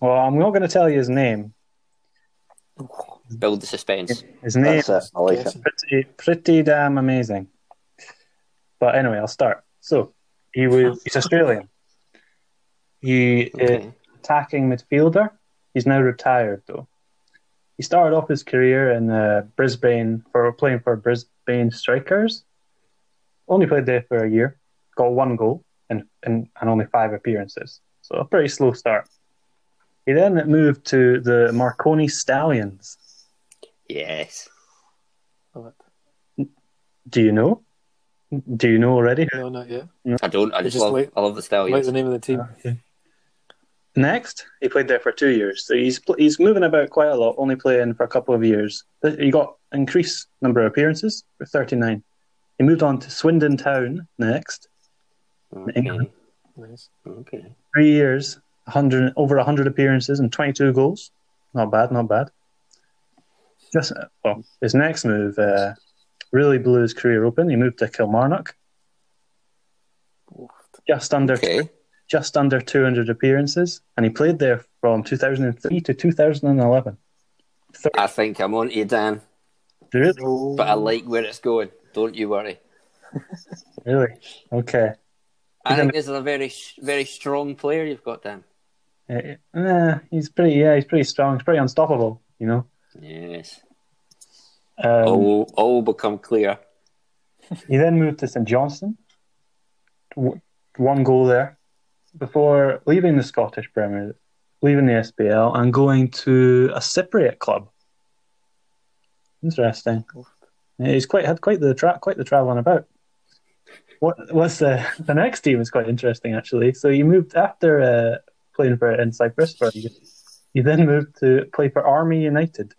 Well, I'm not going to tell you his name. Build the suspense. His name That's it. I like it. Guessing. pretty, pretty damn amazing. But anyway, I'll start. So he was he's Australian. He uh, is Okay. attacking midfielder. He's now retired though. He started off his career in uh, Brisbane for playing for Brisbane Strikers. Only played there for a year, got one goal and, and, and only five appearances. So a pretty slow start. He then moved to the Marconi Stallions. Yes. Love Do you know? Do you know already? it. No, not yet. I don't. I just, Just love. like- I love the Oh, Like stallions. the name of the team. Next, he played there for two years, so he's pl- he's moving about quite a lot, only playing for a couple of years. Th- He got increased number of appearances for thirty nine. He moved on to Swindon Town next, Okay. Nice. Okay. three years, hundred over hundred appearances and twenty two goals. Not bad, not bad. Just uh, well, his next move uh, really blew his career open. He moved to Kilmarnock, just under Okay. just under 200 appearances, and he played there from 2003 to 2011. I think I'm on to you, Dan, Really? but I like where it's going. Don't you worry. Really? Okay. I think this is a very, sh- very strong player you've got, Dan. Eh, eh, he's pretty. Yeah, he's pretty strong. He's pretty unstoppable. You know. Yes. Um, all, will- all will become clear. He then moved to St Johnston. W- One goal there before leaving the Scottish Premier, leaving the SPL, and going to a Cypriot club. Interesting. Yeah, he's quite had quite the tra- quite the travelling about. What was the the next team is quite interesting actually. So he moved after uh, playing for in Cyprus for a year, He then moved to play for Army United.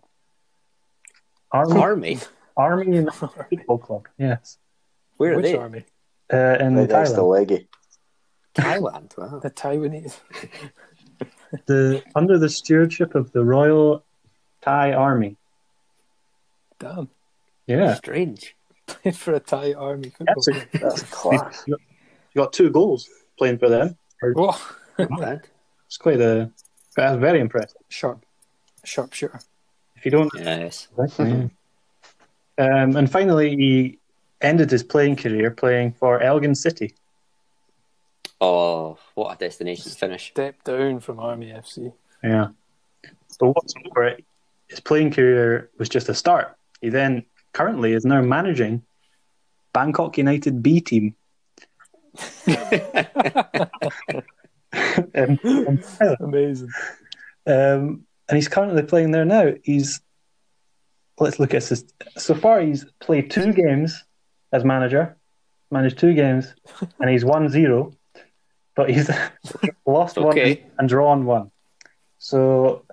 Army Army? Army United Football Club. Yes, Where are Which they? army? uh, in Right next Thailand. to Leggy. Thailand. Wow. The Taiwanese. the under the stewardship of the Royal Thai Army. [laughs] Damn. [laughs] Yeah, Strange. Played for a Thai army football. that's a, That's class. you got two goals playing for them. Whoa. Not bad. It's quite a that's very impressive. Sharp. Sharpshooter. If you don't, Yes. [laughs] um, and finally he ended his playing career playing for Elgin City. Oh, what a destination to [laughs] finish. Step down from Army FC. Yeah. So what's more, his playing career was just a start. He then currently is now managing Bangkok United B [laughs] team. Um, um, Amazing. Um, and he's currently playing there now. He's let's look at this. So far, he's played two games as manager, managed two [laughs] games, and he's won zero, but he's [laughs] lost Okay. one and drawn one. So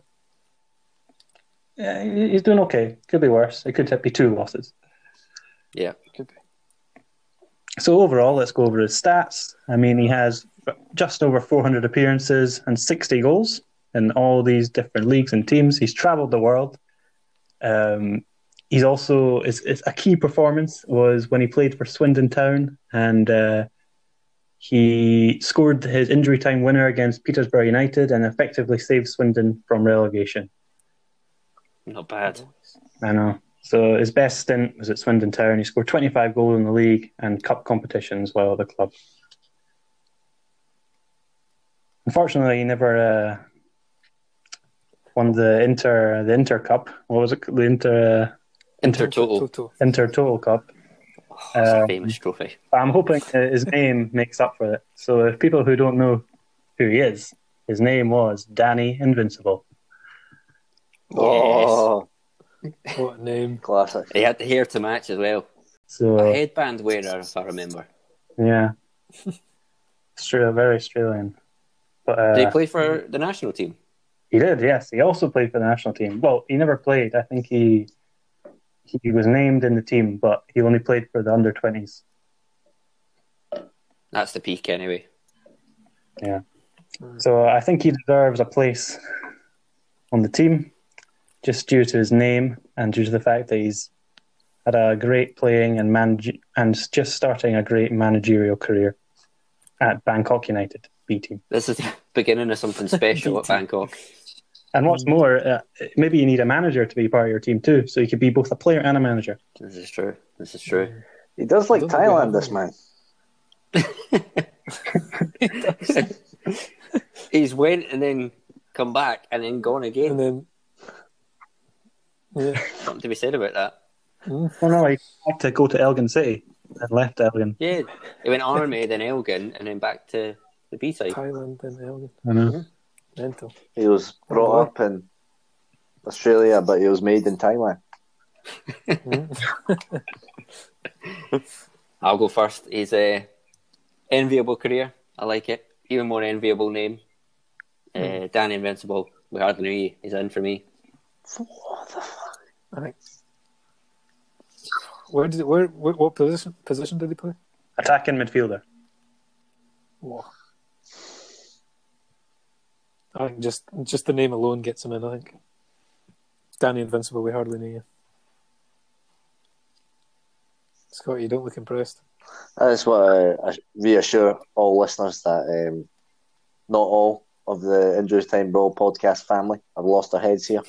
yeah, he- he's doing okay. Could be worse. It could be two losses. Yeah. Could be. So overall, let's go over his stats. I mean, he has just over 400 appearances and 60 goals in all these different leagues and teams. He's travelled the world. Um, he's also it's, it's a key performance was when he played for Swindon Town and uh, he scored his injury time winner against Petersburg United and effectively saved Swindon from relegation. Not bad. I know. So his best stint was at Swindon Town. He scored 25 goals in the league and cup competitions while at the club. Unfortunately, he never uh, won the Inter the Inter Cup. What was it? The Inter Inter total. Total. uh, Inter Total Cup. Oh, It's a Um, famous trophy. But [laughs] I'm hoping uh, his name makes up for it. So if people who don't know who he is, his name was Danny Invincible. Oh, What a name. classic. He had the hair to match as well. So A headband wearer, if I remember. yeah, [laughs] Australia, very Australian. But uh, Did he play for the national team? He did, yes. He also played for the national team. Well, he never played. I think he he was named in the team, but he only played for the under twenties. That's the peak, anyway. So uh, I think he deserves a place on the team, just due to his name and due to the fact that he's had a great playing and manage and just starting a great managerial career at Bangkok United B team. This is [laughs] the beginning of something special [laughs] at Bangkok. And what's more, uh, maybe you need a manager to be part of your team too, so you could be both a player and a manager. This is true. This is true. He does like I don't think we Thailand, have this any. man. He's went and then come back and then gone again. And then. Yeah. [laughs] Something to be said about that. Well, Oh, no, he had to go to Elgin City and left Elgin. Yeah, he went Army, then Elgin, and then back to the B side. Thailand and Elgin. I Mm-hmm. know. Mental. He was brought up in Australia, but he was made in Thailand. I'll go first. He's a enviable career. I like it. Even more enviable name. Uh, Dan Invincible. We hardly knew you. He's in for me. I think. Where did where, where what position position did he play? Attacking midfielder. Whoa. I think just just the name alone gets him in. I think. Danny Invincible. We hardly knew you. Scott, you don't look impressed. uh, That's what I, I reassure all listeners that um, not all of the Injuries Time Brawl podcast family have lost their heads here.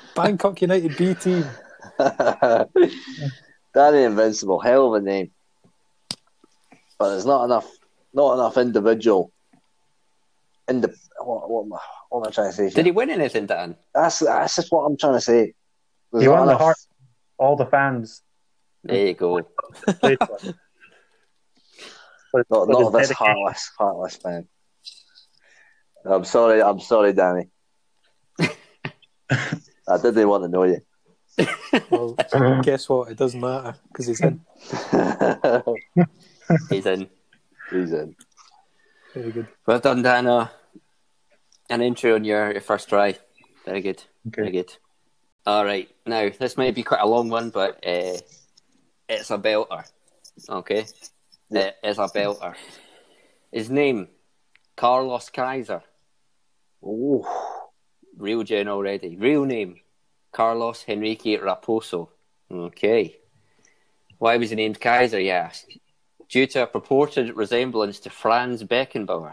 [laughs] Bangkok United B team. Danny Invincible, hell of a name. But there's not enough, not enough individual. Indi- what, what, am I, what am I trying to say? Did here? he win anything, Dan? That's that's just what I'm trying to say. There's He not won the enough- heart. All the fans There you go. played [laughs] for him. But- Not, but not his this dedication- heartless, heartless man. I'm sorry, I'm [laughs] sorry, Danny. I didn't want to know you. [laughs] Well, guess what? It doesn't matter because he's in. He's in. He's in. Very good. Well done, Dana. An intro on your, your first try. Very good. Very Okay. good. All right. Now, this might be quite a long one, but uh, it's a belter. Okay? It is a belter. His name, Carlos Kaiser. Ooh. Real gen already. Real name, Carlos Henrique Raposo. Okay. Why was he named Kaiser, you ask? Due to a purported resemblance to Franz Beckenbauer.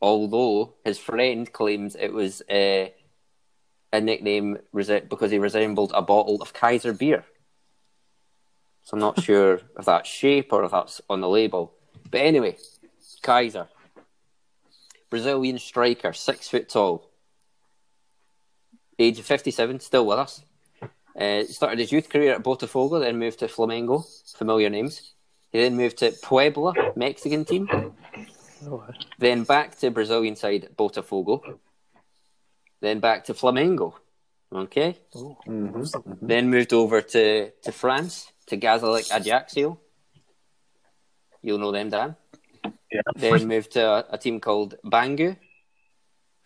Although his friend claims it was uh, a nickname rese- because he resembled a bottle of Kaiser beer. So I'm not sure if that's shape or if that's on the label. But anyway, Kaiser. Brazilian striker, six foot tall, age of 57, still with us. Uh, started his youth career at Botafogo, then moved to Flamengo, familiar names. He then moved to Puebla, Mexican team, Oh, aye. then back to Brazilian side at Botafogo, then back to Flamengo. Okay, Oh. then moved over to, to France to Gazalic Ajaccio. You'll know them, Dan. Yeah. Then moved to a, a team called Bangu,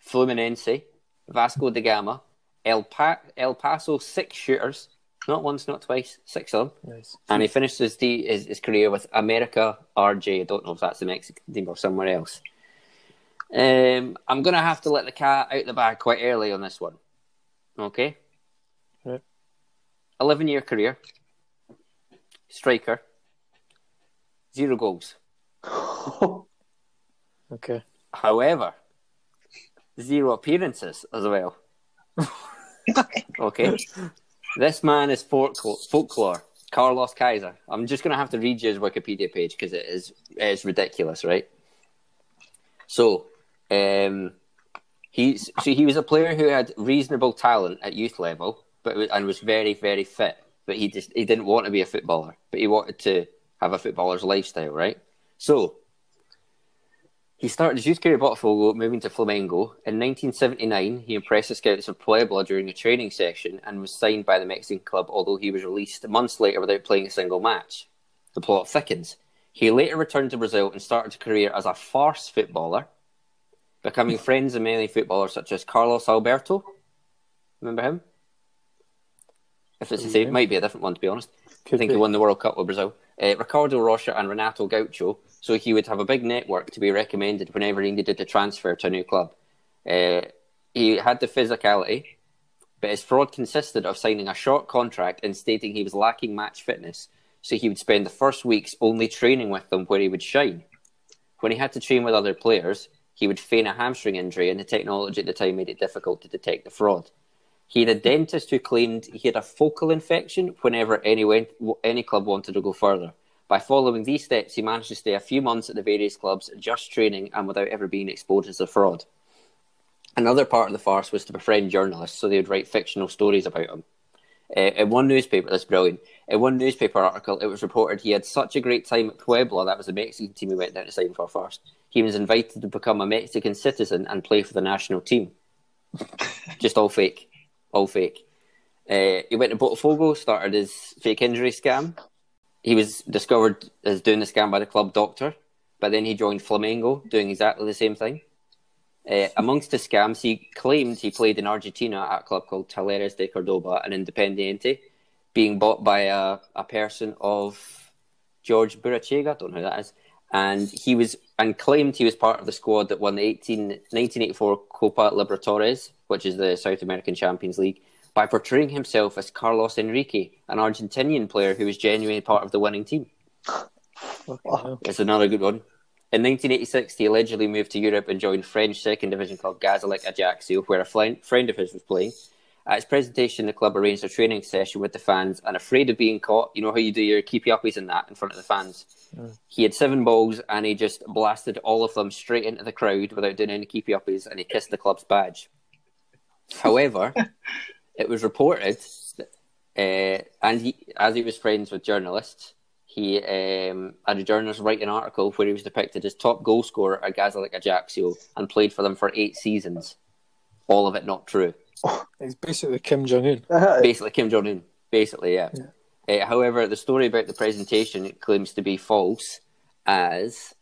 Fluminense, Vasco da Gama, El, pa- El Paso six shooters, not once, not twice, six of them. Nice. And he finished his, de- his, his career with America RJ. I don't know if that's the Mexican team or somewhere else. Um, I'm going to have to let the cat out the bag quite early on this one. Okay? Right. 11 year career, striker, zero goals. Okay. However, zero appearances as well. okay. This man is folklore, folklore Carlos Kaiser. I'm just going to have to read you his Wikipedia page because it is, it is ridiculous, right? So, um, he's, so he was a player who had reasonable talent at youth level but wa- and was very, very fit. But he just he didn't want to be a footballer, but he wanted to have a footballer's lifestyle, right? So, he started his youth career at Botafogo, moving to Flamengo. In 1979, he impressed the scouts of Puebla during a training session and was signed by the Mexican club, although he was released months later without playing a single match. The plot thickens. He later returned to Brazil and started a career as a farce footballer, becoming friends of many footballers such as Carlos Alberto. Remember him? If it's the same, it might be a different one, to be honest. I Could think be. he won the World Cup with Brazil. Uh, Ricardo Rocha and Renato Gaucho, so he would have a big network to be recommended whenever he needed to transfer to a new club. Uh, he had the physicality, but his fraud consisted of signing a short contract and stating he was lacking match fitness, so he would spend the first weeks only training with them where he would shine. When he had to train with other players, he would feign a hamstring injury, and the technology at the time made it difficult to detect the fraud. He had a dentist who claimed he had a focal infection whenever any, went, any club wanted to go further. By following these steps, he managed to stay a few months at the various clubs, just training and without ever being exposed to fraud. Another part of the farce was to befriend journalists, so they would write fictional stories about him. Uh, in one newspaper, that's brilliant. In one newspaper article, it was reported he had such a great time at Puebla, that was the Mexican team he went down to sign for first. He was invited to become a Mexican citizen and play for the national team. Just all fake all fake. Uh, he went to Botafogo, started his fake injury scam. He was discovered as doing the scam by the club doctor, but then he joined Flamengo, doing exactly the same thing. Uh, amongst the scams, he claimed he played in Argentina at a club called Talleres de Cordoba and Independiente, being bought by a, a person of George Burachega, don't know who that is, and he was and claimed he was part of the squad that won the 18, 1984 Copa Libertadores, which is the South American Champions League, by portraying himself as Carlos Enrique, an Argentinian player who was genuinely part of the winning team. Fucking hell. It's another good one. In 1986, he allegedly moved to Europe and joined French second division club Gazalec Ajaccio, where a fli- friend of his was playing. At his presentation, the club arranged a training session with the fans, and afraid of being caught, you know how you do your keepy uppies and that in front of the fans. He had seven balls, and he just blasted all of them straight into the crowd without doing any keepy uppies, and he kissed the club's [laughs] badge. However, it was reported, uh, and he, as he was friends with journalists, he um, had a journalist write an article where he was depicted as top goal scorer at Gazalec Ajaccio and played for them for eight seasons. All of it not true. He's basically Kim Jong Un. Basically, Kim Jong Un. Basically, yeah. Uh, however, the story about the presentation claims to be false, as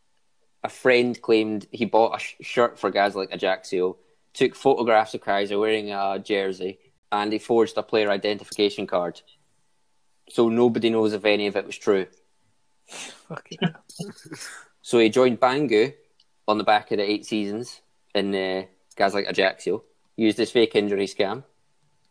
a friend claimed he bought a sh- shirt for Gazlik Ajaccio, took photographs of Kaiser wearing a jersey, and he forged a player identification card. So nobody knows if any of it was true. Fucking So he joined Bangu on the back of the eight seasons in uh, guys like Ajaccio, used his fake injury scam.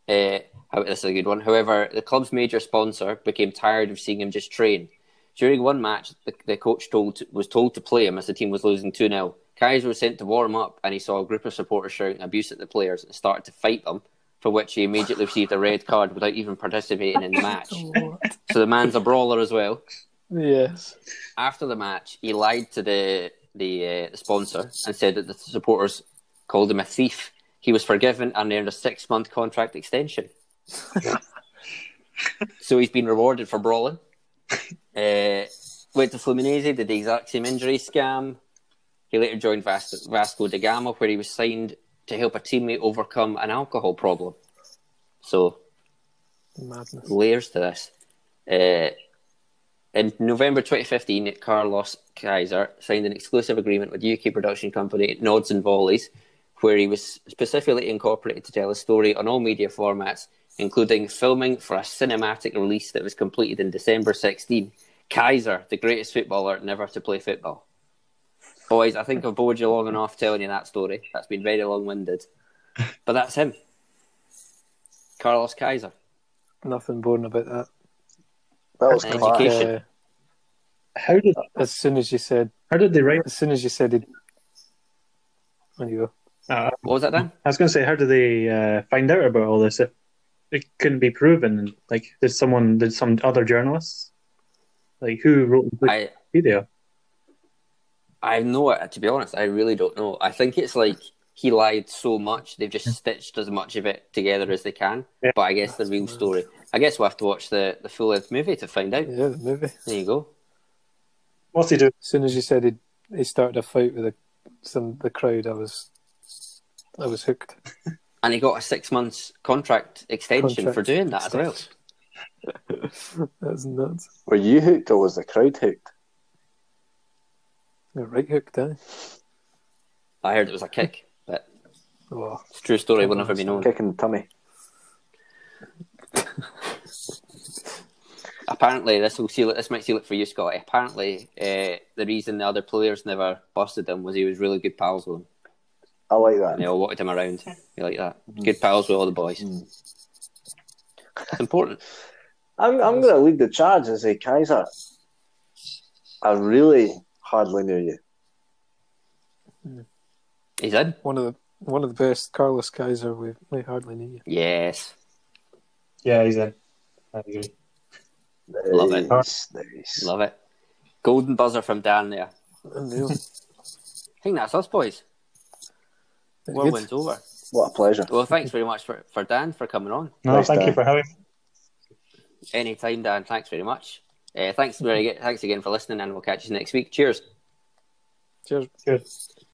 Uh, how- this is a good one. However, the club's major sponsor became tired of seeing him just train. During one match, the, the coach told was told to play him as the team was losing 2 0. Kaiser was sent to warm up and he saw a group of supporters shouting abuse at the players and started to fight them, for which he immediately received a red card without even participating in the match. What? So the man's a brawler as well [laughs] yes. after the match, he lied to the the, uh, the sponsor and said that the supporters called him a thief. He was forgiven and earned a six month contract extension. so he's been rewarded for brawling. Uh, went to Fluminense, did the exact same injury scam. He later joined Vas- Vasco da Gama, where he was signed to help a teammate overcome an alcohol problem. So Madness. layers to this. Uh, in November 2015, Carlos Kaiser signed an exclusive agreement with UK production company Nods and Volleys, where he was specifically incorporated to tell a story on all media formats, including filming for a cinematic release that was completed in December 16. Kaiser, the greatest footballer never to play football. Boys, I think I've bored you long enough telling you that story. That's been very long winded. But that's him. Carlos Kaiser. Nothing boring about that. That was An class. education. Uh, How did as soon as you said, how did they write? as soon as you said it, when you go, Uh, What was that, Dan? I was going to say, how did they uh, find out about all this if it couldn't be proven? Like, did someone, did some other journalists, like who wrote the I, video? I know it. To be honest, I really don't know. I think it's like he lied so much; they've just stitched as much of it together as they can. Yeah. But I guess the real story. I guess we'll have to watch the the full length movie to find out. yeah, the movie. As There you go. What's he doing? soon as you said he he started a fight with the some the crowd, I was I was hooked. And he got a six months contract extension for Contract doing that as well. That's nuts. Were you hooked or was the crowd hooked? You're right hooked, eh? I heard it was a kick, but Oh, it's a true story. Will never be known. Kicking the tummy. apparently this will seal it. This might seal it for you, Scotty. Apparently, uh, the reason the other players never busted him was he was really good pals with them, I like and that. they all wanted him around. You like that? Good pals with all the boys. It's important. I'm, I'm going to lead the charge and say, Kaiser, I really hardly knew you. He's in. one of the one of the best Carlos Kaiser we, we hardly knew you. Yes. Yeah, he's in. I agree. Love it. Nice, nice. Love it. Golden buzzer from Dan there. [laughs] Unreal. I think that's us, boys. Good. Whirlwind's over. What a pleasure. Well, thanks very much for, for Dan for coming on. No, Nice thank guy. you for having. me. Anytime, Dan. Thanks very much. Uh, thanks, very, thanks again for listening, and we'll catch you next week. Cheers. Cheers. Cheers.